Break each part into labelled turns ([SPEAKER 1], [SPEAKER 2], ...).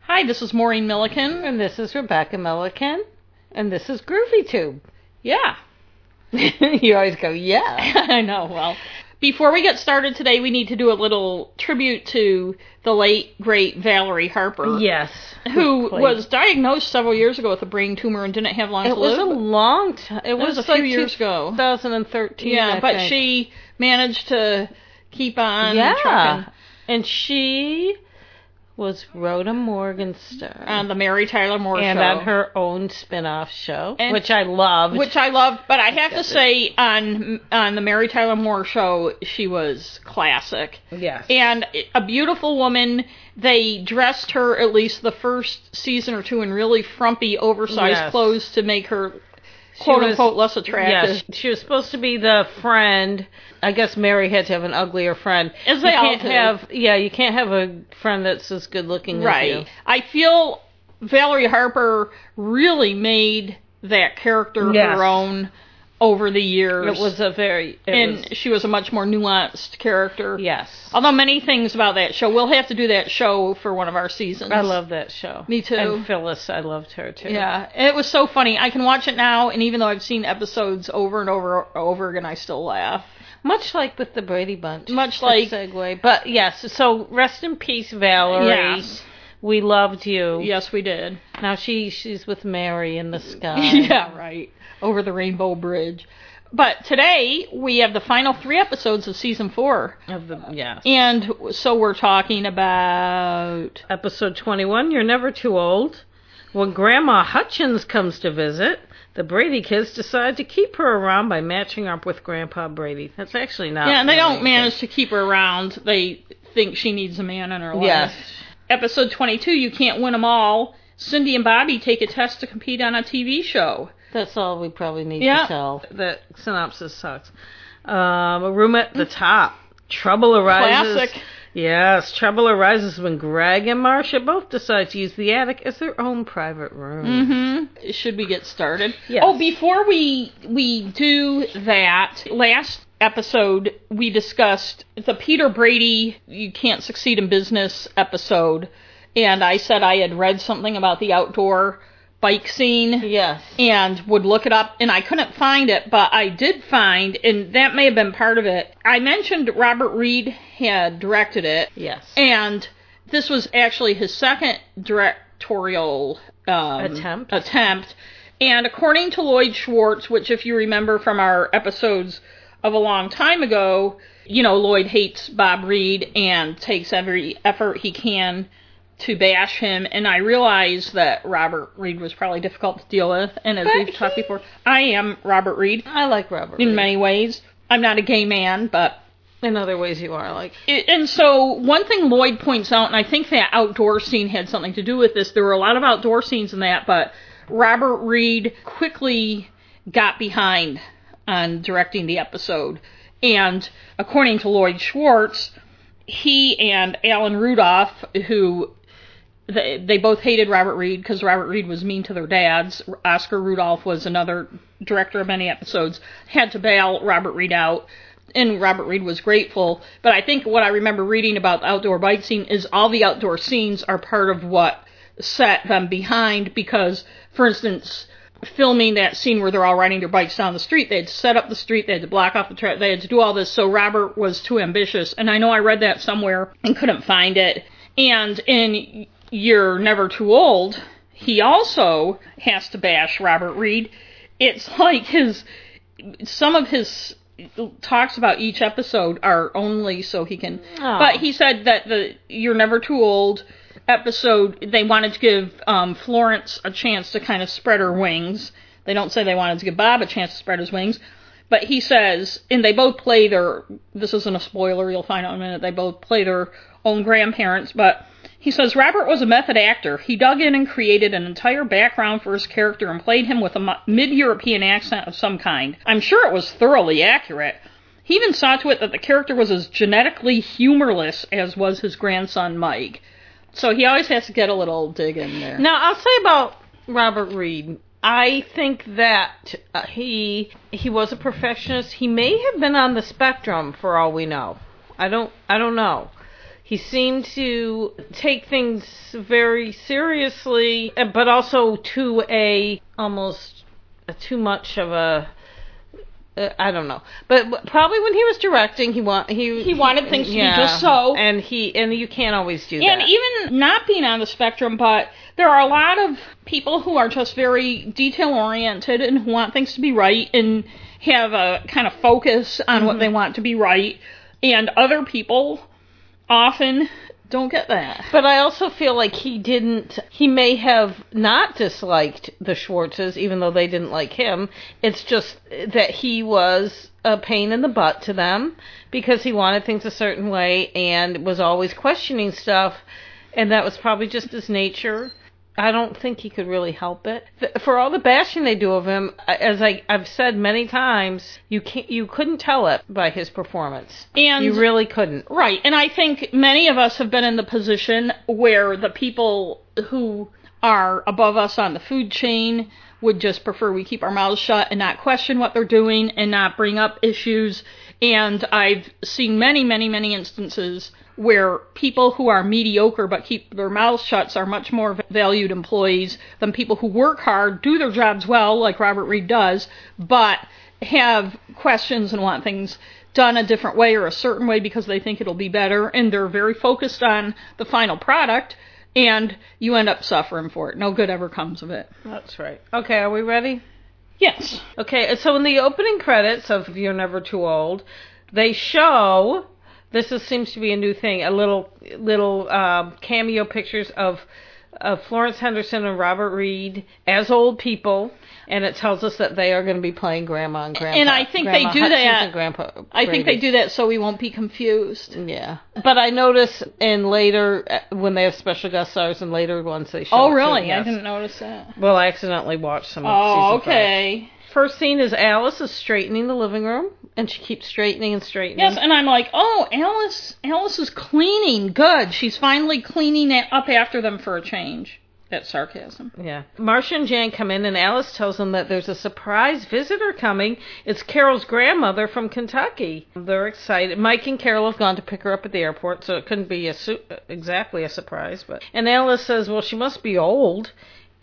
[SPEAKER 1] Hi, this is Maureen Milliken.
[SPEAKER 2] And this is Rebecca Milliken. And this is Groovy Tube.
[SPEAKER 1] Yeah,
[SPEAKER 2] you always go, yeah.
[SPEAKER 1] I know. Well, before we get started today, we need to do a little tribute to the late, great Valerie Harper.
[SPEAKER 2] Yes.
[SPEAKER 1] Who
[SPEAKER 2] Please.
[SPEAKER 1] was diagnosed several years ago with a brain tumor and didn't have long to
[SPEAKER 2] It was a
[SPEAKER 1] live.
[SPEAKER 2] long time. It
[SPEAKER 1] was
[SPEAKER 2] was,
[SPEAKER 1] a few
[SPEAKER 2] like
[SPEAKER 1] years ago.
[SPEAKER 2] 2013.
[SPEAKER 1] yeah,
[SPEAKER 2] I
[SPEAKER 1] but
[SPEAKER 2] think.
[SPEAKER 1] she managed to keep on
[SPEAKER 2] Yeah.
[SPEAKER 1] trucking
[SPEAKER 2] And she was Rhoda Morgenstern.
[SPEAKER 1] on the Mary Tyler Moore
[SPEAKER 2] and
[SPEAKER 1] show.
[SPEAKER 2] on her own spin off show,
[SPEAKER 1] And-
[SPEAKER 2] which I loved.
[SPEAKER 1] which I love, but I have to say on on the Mary Tyler Moore show, she was classic.
[SPEAKER 2] yes.
[SPEAKER 1] and a beautiful woman. They dressed her at least the first season or two in really frumpy, oversized
[SPEAKER 2] Yes.
[SPEAKER 1] clothes to make her quote
[SPEAKER 2] was-
[SPEAKER 1] unquote less attractive.
[SPEAKER 2] Yes, she was supposed to be the friend. I guess Mary had to have an uglier friend.
[SPEAKER 1] As
[SPEAKER 2] you
[SPEAKER 1] they all
[SPEAKER 2] can't
[SPEAKER 1] do.
[SPEAKER 2] have, yeah, you can't have a friend that's as good looking as
[SPEAKER 1] Right.
[SPEAKER 2] you.
[SPEAKER 1] I feel Valerie Harper really made that character
[SPEAKER 2] Yes.
[SPEAKER 1] her own over the years.
[SPEAKER 2] It was a very, it
[SPEAKER 1] and
[SPEAKER 2] was,
[SPEAKER 1] she was a much more nuanced character.
[SPEAKER 2] yes,
[SPEAKER 1] Although many things about that show, we'll have to do that show for one of our seasons.
[SPEAKER 2] I love that show.
[SPEAKER 1] Me too.
[SPEAKER 2] And Phyllis, I loved her too.
[SPEAKER 1] Yeah, it was so funny. I can watch it now, and even though I've seen episodes over and over over again, I still laugh.
[SPEAKER 2] much like with the Brady Bunch.
[SPEAKER 1] Much
[SPEAKER 2] Good
[SPEAKER 1] like-
[SPEAKER 2] segue, but yes. So rest in peace, Valerie.
[SPEAKER 1] Yes,
[SPEAKER 2] We loved you.
[SPEAKER 1] yes, we did.
[SPEAKER 2] Now she she's with Mary in the sky.
[SPEAKER 1] Yeah, right. Over the Rainbow Bridge. But today we have the final three episodes of season four,
[SPEAKER 2] Of the yes.
[SPEAKER 1] and so we're talking about
[SPEAKER 2] Episode 21, You're Never Too Old. When Grandma Hutchins comes to visit, the Brady kids decide to keep her around by matching up with Grandpa Brady. That's actually not.
[SPEAKER 1] yeah. And they don't
[SPEAKER 2] really-
[SPEAKER 1] manage to keep her around. They think she needs a man in her life.
[SPEAKER 2] Yes.
[SPEAKER 1] Episode twenty-two. You can't win 'em all. Cindy and Bobby take a test to compete on a TV show.
[SPEAKER 2] That's all we probably need
[SPEAKER 1] Yeah.
[SPEAKER 2] to tell. That synopsis sucks. Um, a room at the top. Trouble arises.
[SPEAKER 1] Classic.
[SPEAKER 2] Yes, trouble arises when Greg and Marcia both decide to use the attic as their own private room.
[SPEAKER 1] Mm-hmm. should we get started?
[SPEAKER 2] Yes.
[SPEAKER 1] Oh, before we we do that, last episode we discussed the Peter Brady you can't succeed in business episode and I said I had read something about the outdoor bike scene
[SPEAKER 2] Yes.
[SPEAKER 1] and would look it up and I couldn't find it, but I did find and that may have been part of it. I mentioned Robert Reed had directed it
[SPEAKER 2] yes.
[SPEAKER 1] and this was actually his second directorial um,
[SPEAKER 2] Attempt.
[SPEAKER 1] Attempt. And according to Lloyd Schwartz, which if you remember from our episodes of a long time ago, you know Lloyd hates Bob Reed and takes every effort he can to bash him. And I realized that Robert Reed was probably difficult to deal with. And as
[SPEAKER 2] But
[SPEAKER 1] we've talked
[SPEAKER 2] he-
[SPEAKER 1] before, I am Robert Reed
[SPEAKER 2] I like Robert.
[SPEAKER 1] in
[SPEAKER 2] Reed.
[SPEAKER 1] many ways. I'm not a gay man, but
[SPEAKER 2] In other ways, you are like
[SPEAKER 1] it- and so one thing Lloyd points out, and I think that outdoor scene had something to do with this. There were a lot of outdoor scenes in that, but Robert Reed quickly got behind on directing the episode. And according to Lloyd Schwartz, he and Alan Rudolph, who they, they both hated Robert Reed because Robert Reed was mean to their dads. Oscar Rudolph was another director of many episodes, had to bail Robert Reed out, and Robert Reed was grateful. But I think what I remember reading about the outdoor bike scene is all the outdoor scenes are part of what set them behind because, for instance, filming that scene where they're all riding their bikes down the street. They had to set up the street, they had to block off the track, they had to do all this. So Robert was too ambitious. And I know I read that somewhere and couldn't find it. And in You're Never Too Old, he also has to bash Robert Reed. It's like his, some of his talks about each episode are only so he can.
[SPEAKER 2] Aw.
[SPEAKER 1] But he said that the You're Never Too Old episode, they wanted to give um, Florence a chance to kind of spread her wings. They don't say they wanted to give Bob a chance to spread his wings, but he says, and they both play their. This isn't a spoiler. You'll find out in a minute. They both play their own grandparents, but he says Robert was a method actor. He dug in and created an entire background for his character and played him with a mid European accent of some kind. I'm sure it was thoroughly accurate. He even saw to it that the character was as genetically humorless as was his grandson Mike. So he always has to get a little dig in there.
[SPEAKER 2] Now, I'll say about Robert Reed. I think that uh, he he was a perfectionist. He may have been on the spectrum for all we know. I don't I don't know. He seemed to take things very seriously, eh, but also to a almost a too much of a. Uh, I don't know, but w- probably when he was directing, he want he
[SPEAKER 1] He wanted things to be just so.
[SPEAKER 2] and he and you can't always do
[SPEAKER 1] And
[SPEAKER 2] that.
[SPEAKER 1] even not being on the spectrum, but there are a lot of people who are just very detail oriented and who want things to be right and have a kind of focus on what they want to be right. And other people often don't get that.
[SPEAKER 2] But I also feel like he didn't. He may have not disliked the Schwartzes, even though they didn't like him. It's just that he was a pain in the butt to them because he wanted things a certain way and was always questioning stuff, and that was probably just his nature. I don't think he could really help it. Th- For all the bashing they do of him, I- as I, I've said many times, you can't, you couldn't tell it by his performance.
[SPEAKER 1] And
[SPEAKER 2] You really couldn't.
[SPEAKER 1] Right, and I think many of us have been in the position where the people who are above us on the food chain would just prefer we keep our mouths shut and not question what they're doing and not bring up issues. And I've seen many, many, many instances where people who are mediocre but keep their mouths shut are much more valued employees than people who work hard, do their jobs well, like Robert Reed does, but have questions and want things done a different way or a certain way because they think it'll be better and they're very focused on the final product and you end up suffering for it. No good ever comes of it.
[SPEAKER 2] That's right. Okay, are we ready?
[SPEAKER 1] Yes.
[SPEAKER 2] Okay, so in the opening credits of You're Never Too Old, they show this is, seems to be a new thing. A little little um, cameo pictures of of Florence Henderson and Robert Reed as old people, and it tells us that they are going to be playing Grandma and Grandpa.
[SPEAKER 1] And I think they
[SPEAKER 2] Grandma
[SPEAKER 1] do
[SPEAKER 2] Hutchins
[SPEAKER 1] that-
[SPEAKER 2] and Grandpa.
[SPEAKER 1] I think they
[SPEAKER 2] Brady.
[SPEAKER 1] do that so we won't be confused.
[SPEAKER 2] Yeah, but I notice in later uh, when they have special guest stars in later ones they show.
[SPEAKER 1] Oh,
[SPEAKER 2] it, too,
[SPEAKER 1] really? I
[SPEAKER 2] yes.
[SPEAKER 1] didn't notice that.
[SPEAKER 2] Well, I accidentally watched some. of
[SPEAKER 1] Oh,
[SPEAKER 2] season five.
[SPEAKER 1] okay.
[SPEAKER 2] First scene is Alice is straightening the living room, and she keeps straightening and straightening.
[SPEAKER 1] Yes, and I'm like, oh, Alice, Alice is cleaning. Good. She's finally cleaning it up after them for a change. That's sarcasm.
[SPEAKER 2] Yeah. Marcia and Jan come in, and Alice tells them that there's a surprise visitor coming. It's Carol's grandmother from Kentucky. They're excited. Mike and Carol have gone to pick her up at the airport, so it couldn't be a su- exactly a surprise. But and Alice says, "Well, she must be old."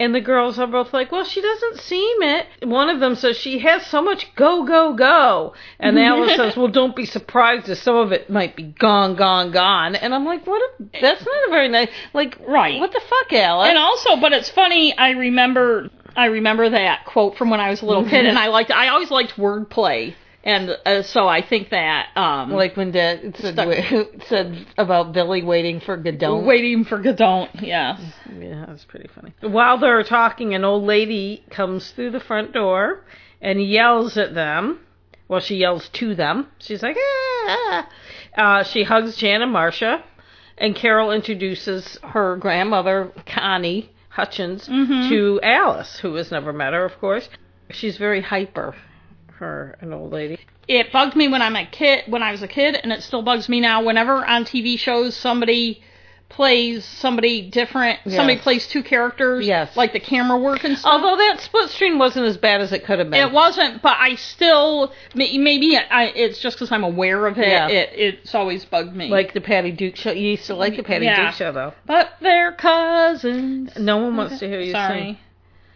[SPEAKER 2] And the girls are both like, "Well, she doesn't seem it." One of them says she has so much go go go, and Alice says, "Well, don't be surprised if some of it might be gone, gone, gone." And I'm like, "What? A, that's not a very nice like
[SPEAKER 1] Right.
[SPEAKER 2] What the fuck, Alice?"
[SPEAKER 1] And also, but it's funny. I remember, I remember that quote from when I was a little kid, and I liked. I always liked wordplay, and uh, so I think that um,
[SPEAKER 2] Like when Dad said,
[SPEAKER 1] Stuck.
[SPEAKER 2] said about Billy waiting for Godot.
[SPEAKER 1] waiting for Godot. Yes.
[SPEAKER 2] Yeah, that's pretty funny. While they're talking, an old lady comes through the front door and yells at them. Well, she yells to them. She's like, ah. Uh, she hugs Jan and Marcia, and Carol introduces her grandmother, Connie Hutchins, to Alice, who has never met her, of course. She's very hyper, her, an old lady.
[SPEAKER 1] it bugged me when I'm a kid when I was a kid and it still bugs me now whenever on TV shows somebody plays somebody different somebody
[SPEAKER 2] Yes.
[SPEAKER 1] plays two characters
[SPEAKER 2] Yes. Oh.
[SPEAKER 1] like the camera work and stuff
[SPEAKER 2] Although that split screen wasn't as bad as it could have been.
[SPEAKER 1] it wasn't but I still may- maybe I it's just cuz I'm aware of it,
[SPEAKER 2] Yeah.
[SPEAKER 1] it it's always bugged me
[SPEAKER 2] Like the Patty Duke show. You used to like the Patty
[SPEAKER 1] Yeah.
[SPEAKER 2] Duke show, though.
[SPEAKER 1] but they're cousins
[SPEAKER 2] No one wants to hear you sing.
[SPEAKER 1] sorry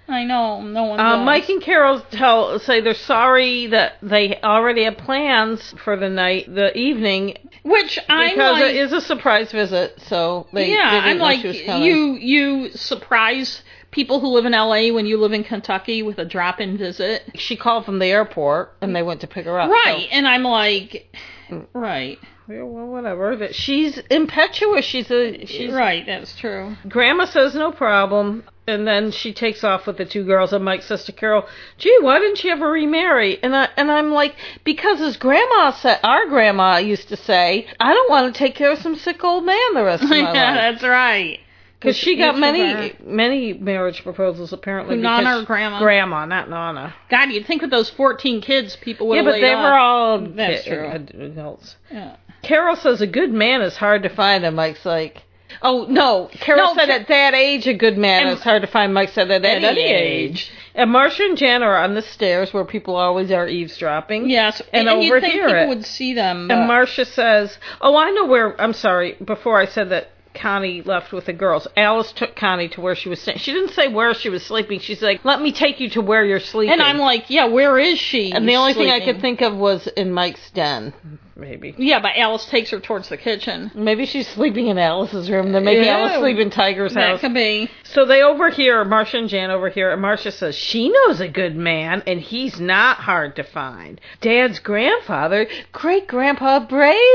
[SPEAKER 1] I know no one
[SPEAKER 2] Uh,
[SPEAKER 1] does.
[SPEAKER 2] Mike and Carol tell say they're sorry that they already have plans for the night, the evening,
[SPEAKER 1] which I
[SPEAKER 2] because
[SPEAKER 1] like
[SPEAKER 2] it is a surprise visit. So they,
[SPEAKER 1] yeah,
[SPEAKER 2] they didn't
[SPEAKER 1] I'm
[SPEAKER 2] know
[SPEAKER 1] like
[SPEAKER 2] she was coming.
[SPEAKER 1] you. You surprise people who live in LA when you live in Kentucky with a drop-in visit,
[SPEAKER 2] She called from the airport and they went to pick her up.
[SPEAKER 1] right? And I'm like,
[SPEAKER 2] Mm.
[SPEAKER 1] right,
[SPEAKER 2] So, yeah, well, whatever. But she's impetuous. She's a she's
[SPEAKER 1] right. That's true.
[SPEAKER 2] Grandma says no problem, and then she takes off with the two girls. And Mike says to Carol, "Gee, why didn't she ever remarry?" And I and I'm like, because as Grandma said, our Grandma used to say, "I don't want to take care of some sick old man the rest of my
[SPEAKER 1] yeah,
[SPEAKER 2] life."
[SPEAKER 1] that's right.
[SPEAKER 2] Because she got
[SPEAKER 1] Which
[SPEAKER 2] many
[SPEAKER 1] was
[SPEAKER 2] many marriage proposals apparently.
[SPEAKER 1] Nana
[SPEAKER 2] because-
[SPEAKER 1] or Grandma?
[SPEAKER 2] Grandma, not Nana.
[SPEAKER 1] God, you'd think with those 14 kids, people would.
[SPEAKER 2] Yeah, but they were all
[SPEAKER 1] That's
[SPEAKER 2] ki-
[SPEAKER 1] true.
[SPEAKER 2] ad- adults.
[SPEAKER 1] Yeah.
[SPEAKER 2] Carol says a good man is hard to find, and Mike's like,
[SPEAKER 1] Oh no, no,
[SPEAKER 2] Carol said at that age a good man
[SPEAKER 1] And-
[SPEAKER 2] is hard to find. Mike said at any,
[SPEAKER 1] any
[SPEAKER 2] age.
[SPEAKER 1] age.
[SPEAKER 2] And Marcia and Jan are on the stairs where people always are eavesdropping.
[SPEAKER 1] Yes, and,
[SPEAKER 2] And over
[SPEAKER 1] you'd think
[SPEAKER 2] here
[SPEAKER 1] people
[SPEAKER 2] it-
[SPEAKER 1] would see them.
[SPEAKER 2] And
[SPEAKER 1] but-
[SPEAKER 2] Marcia says, "Oh, I know where." I'm sorry. Before I said that, Connie left with the girls. Alice took Connie to where she was. Sta- she didn't say where she was sleeping. She's like, "Let me take you to where you're sleeping."
[SPEAKER 1] and I'm like, yeah, where is she?
[SPEAKER 2] and the only thing I
[SPEAKER 1] Sleeping.
[SPEAKER 2] could think of was in Mike's den, maybe.
[SPEAKER 1] Yeah, but Alice takes her towards the kitchen.
[SPEAKER 2] Maybe she's sleeping in Alice's room. Then maybe
[SPEAKER 1] Yeah.
[SPEAKER 2] Alice sleep in Tiger's
[SPEAKER 1] That
[SPEAKER 2] house.
[SPEAKER 1] could be.
[SPEAKER 2] So they overhear Marcia and Jan overhear, and Marcia says she knows a good man, and he's not hard to find. Dad's grandfather, great grandpa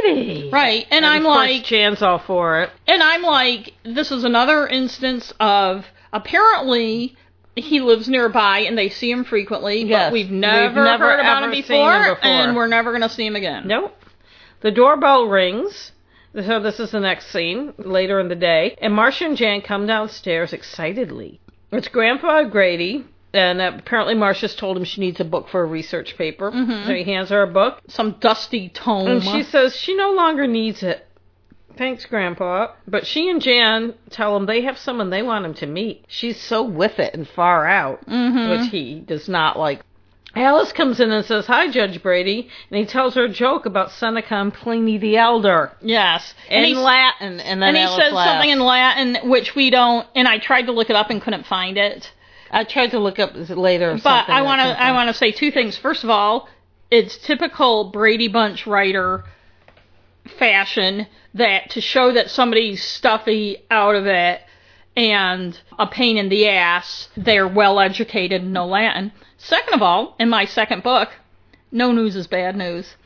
[SPEAKER 2] Brady.
[SPEAKER 1] Right. And, I'm
[SPEAKER 2] of course
[SPEAKER 1] like,
[SPEAKER 2] Jan's all for it.
[SPEAKER 1] and I'm like, this is another instance of apparently he lives nearby and they see him frequently,
[SPEAKER 2] Yes.
[SPEAKER 1] but we've
[SPEAKER 2] We've
[SPEAKER 1] never,
[SPEAKER 2] never,
[SPEAKER 1] heard about
[SPEAKER 2] ever
[SPEAKER 1] him
[SPEAKER 2] seen
[SPEAKER 1] before,
[SPEAKER 2] him before.
[SPEAKER 1] and we're never going to see him again.
[SPEAKER 2] Nope. The doorbell rings. So this is the next scene later in the day, and Marcia and Jan come downstairs excitedly. It's Grandpa Grady, and apparently Marcia's told him she needs a book for a research paper. So he hands her a book,
[SPEAKER 1] Some dusty tome.
[SPEAKER 2] and she says she no longer needs it. Thanks, Grandpa. But she and Jan tell him they have someone they want him to meet. She's so with it and far out,
[SPEAKER 1] Mm-hmm.
[SPEAKER 2] which he does not like. Alice comes in and says, Hi, Judge Brady. And he tells her a joke about Seneca and Pliny the Elder
[SPEAKER 1] yes.
[SPEAKER 2] in
[SPEAKER 1] he-
[SPEAKER 2] Latin. And then
[SPEAKER 1] and he
[SPEAKER 2] Alice
[SPEAKER 1] says
[SPEAKER 2] laughs.
[SPEAKER 1] something in Latin, which we don't. And I tried to look it up and couldn't find it.
[SPEAKER 2] I tried to look up is it later.
[SPEAKER 1] But I want to I want to say two things. First of all, it's typical Brady Bunch writer fashion that to show that somebody's stuffy out of it and a pain in the ass, they're well educated and know Latin. Second of all, in my second book, No News is Bad News,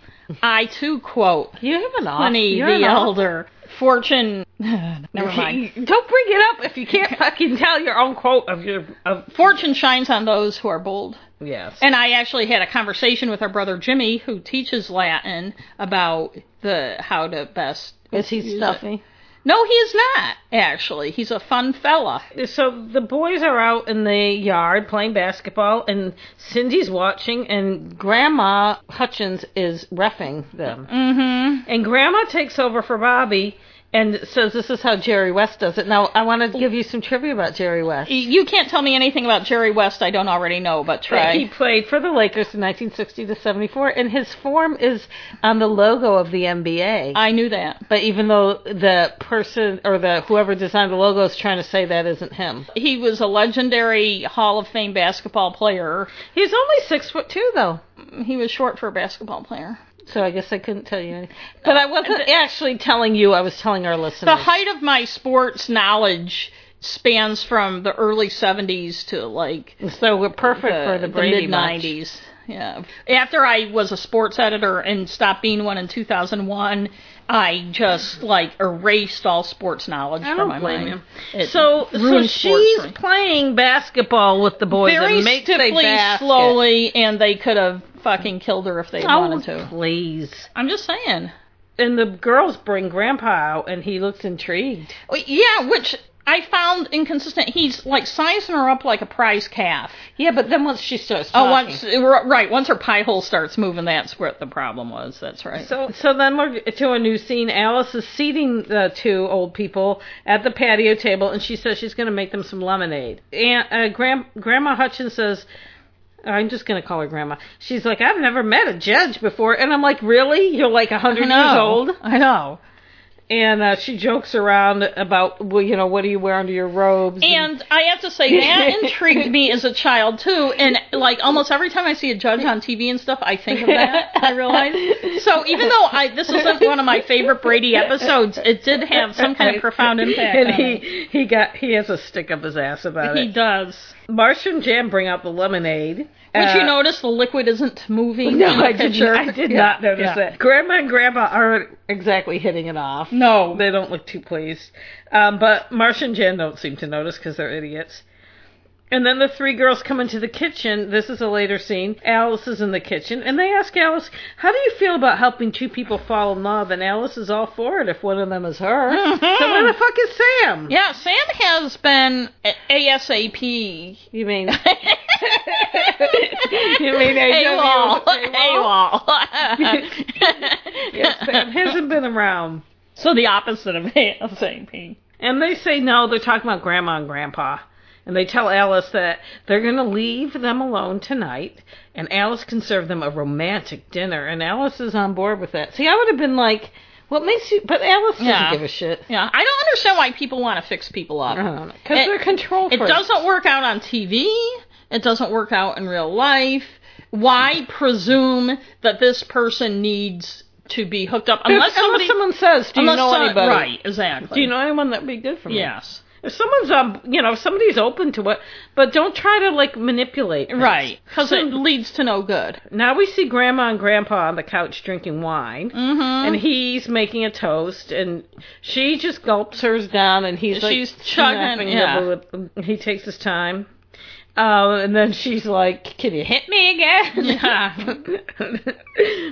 [SPEAKER 1] I too quote
[SPEAKER 2] You have an off.
[SPEAKER 1] Pliny
[SPEAKER 2] Oh, you're an
[SPEAKER 1] the
[SPEAKER 2] off-
[SPEAKER 1] Elder. Fortune never mind.
[SPEAKER 2] Don't bring it up if you can't fucking tell your own quote of your of
[SPEAKER 1] Fortune shines on those who are bold.
[SPEAKER 2] yes.
[SPEAKER 1] And I actually had a conversation with our brother Jimmy, who teaches Latin, about the how to best.
[SPEAKER 2] Is he
[SPEAKER 1] use it.
[SPEAKER 2] stuffy?
[SPEAKER 1] No, he is not. Actually, he's a fun fella.
[SPEAKER 2] So the boys are out in the yard playing basketball, and Cindy's watching, and Grandma Hutchins is refing them.
[SPEAKER 1] Mm-hmm.
[SPEAKER 2] And Grandma takes over for Bobby and says, This is how Jerry West does it. Now, I want to give you some trivia about Jerry West.
[SPEAKER 1] You can't tell me anything about Jerry West I don't already know, but try.
[SPEAKER 2] He played for the Lakers in 1960 to 74, and his form is on the logo of the NBA.
[SPEAKER 1] I knew that.
[SPEAKER 2] but even though the person or the whoever designed the logo is trying to say that isn't him,
[SPEAKER 1] He was a legendary Hall of Fame basketball player.
[SPEAKER 2] he's only six foot two though.
[SPEAKER 1] He was short for a basketball player.
[SPEAKER 2] So I guess I couldn't tell you anything. But I wasn't actually telling you, I was telling our
[SPEAKER 1] The
[SPEAKER 2] listeners.
[SPEAKER 1] height of my sports knowledge spans from the early 70s to like
[SPEAKER 2] so we're perfect
[SPEAKER 1] uh,
[SPEAKER 2] for the, Brady
[SPEAKER 1] mid
[SPEAKER 2] Bunch.
[SPEAKER 1] nineties. Yeah. After I was a sports editor and stopped being one in two thousand one, I just like erased all sports knowledge
[SPEAKER 2] I
[SPEAKER 1] from
[SPEAKER 2] don't
[SPEAKER 1] my
[SPEAKER 2] blame
[SPEAKER 1] mind.
[SPEAKER 2] you.
[SPEAKER 1] It
[SPEAKER 2] so so
[SPEAKER 1] ruined sports
[SPEAKER 2] she's
[SPEAKER 1] for me.
[SPEAKER 2] playing basketball with the boys
[SPEAKER 1] very
[SPEAKER 2] and makes a
[SPEAKER 1] stiffly,
[SPEAKER 2] basket.
[SPEAKER 1] slowly, and they could have fucking killed her if they had
[SPEAKER 2] Oh
[SPEAKER 1] wanted to.
[SPEAKER 2] please!
[SPEAKER 1] I'm just saying.
[SPEAKER 2] And the girls bring Grandpa out, and he looks intrigued.
[SPEAKER 1] Well, Yeah, which I found inconsistent. He's like sizing her up like a prize calf.
[SPEAKER 2] Yeah, but then once she starts
[SPEAKER 1] Oh,
[SPEAKER 2] talking,
[SPEAKER 1] once right, once her pie hole starts moving, that's what the problem was. That's right.
[SPEAKER 2] So, so then we're to a new scene. Alice is seating the two old people at the patio table, and she says she's going to make them some lemonade. And uh, Gran- Grandma Hutchins says, "I'm just going to call her Grandma." She's like, "I've never met a judge before," and I'm like, "Really? You're like a hundred years old?"
[SPEAKER 1] I know.
[SPEAKER 2] And uh, she jokes around about, well, you know, what do you wear under your robes?
[SPEAKER 1] And I have to say that intrigued me as a child too. And like almost every time I see a judge on TV and stuff, I think of that. I realize. So even though I this isn't one of my favorite Brady episodes, it did have some kind of profound impact.
[SPEAKER 2] and
[SPEAKER 1] on me.
[SPEAKER 2] he he got he has a stick up his ass about
[SPEAKER 1] he
[SPEAKER 2] it.
[SPEAKER 1] does.
[SPEAKER 2] Marcia and Jan bring out the lemonade.
[SPEAKER 1] But
[SPEAKER 2] Uh,
[SPEAKER 1] you notice the liquid isn't moving?
[SPEAKER 2] No,
[SPEAKER 1] in the
[SPEAKER 2] I did.
[SPEAKER 1] picture?
[SPEAKER 2] Not, I did
[SPEAKER 1] Yeah,
[SPEAKER 2] not notice
[SPEAKER 1] yeah.
[SPEAKER 2] that. Grandma and Grandpa aren't exactly hitting it off.
[SPEAKER 1] No.
[SPEAKER 2] they don't look too pleased. Um, but Marcia and Jan don't seem to notice because they're idiots. And then the three girls come into the kitchen. This is a later scene. Alice is in the kitchen, and they ask Alice, "How do you feel about helping two people fall in love?" And Alice is all for it if one of them is her. So where the fuck is Sam?
[SPEAKER 1] Yeah, Sam has been a- ASAP.
[SPEAKER 2] You mean you mean
[SPEAKER 1] AWOL.
[SPEAKER 2] AWOL?
[SPEAKER 1] AWOL.
[SPEAKER 2] Yes, Sam hasn't been around.
[SPEAKER 1] So the opposite of ASAP.
[SPEAKER 2] And they say no, they're talking about grandma and grandpa. And they tell Alice that they're going to leave them alone tonight, and Alice can serve them a romantic dinner. And Alice is on board with that. See, I would have been like, what makes you. But Alice doesn't
[SPEAKER 1] Yeah.
[SPEAKER 2] give a shit.
[SPEAKER 1] Yeah, I don't understand why people want to fix people up.
[SPEAKER 2] Because
[SPEAKER 1] It-
[SPEAKER 2] they're control
[SPEAKER 1] It
[SPEAKER 2] freaks.
[SPEAKER 1] doesn't work out on TV. It doesn't work out in real life. Why presume that this person needs to be hooked up unless
[SPEAKER 2] Unless,
[SPEAKER 1] somebody
[SPEAKER 2] someone says, "Do you
[SPEAKER 1] unless
[SPEAKER 2] know
[SPEAKER 1] some-
[SPEAKER 2] anybody?"
[SPEAKER 1] Right, exactly.
[SPEAKER 2] Do you know anyone that would be good for me?
[SPEAKER 1] Yes.
[SPEAKER 2] If someone's um, you know, if somebody's open to it, but don't try to like manipulate. things.
[SPEAKER 1] Right, because it leads to no good.
[SPEAKER 2] Now we see Grandma and Grandpa on the couch drinking wine,
[SPEAKER 1] Mm-hmm.
[SPEAKER 2] and he's making a toast, and she just gulps hers down, and he's like,
[SPEAKER 1] She's chugging,
[SPEAKER 2] snapping
[SPEAKER 1] yeah.
[SPEAKER 2] the lip- He takes his time. Um, and then she's like, "Can you hit me again?"
[SPEAKER 1] Yeah.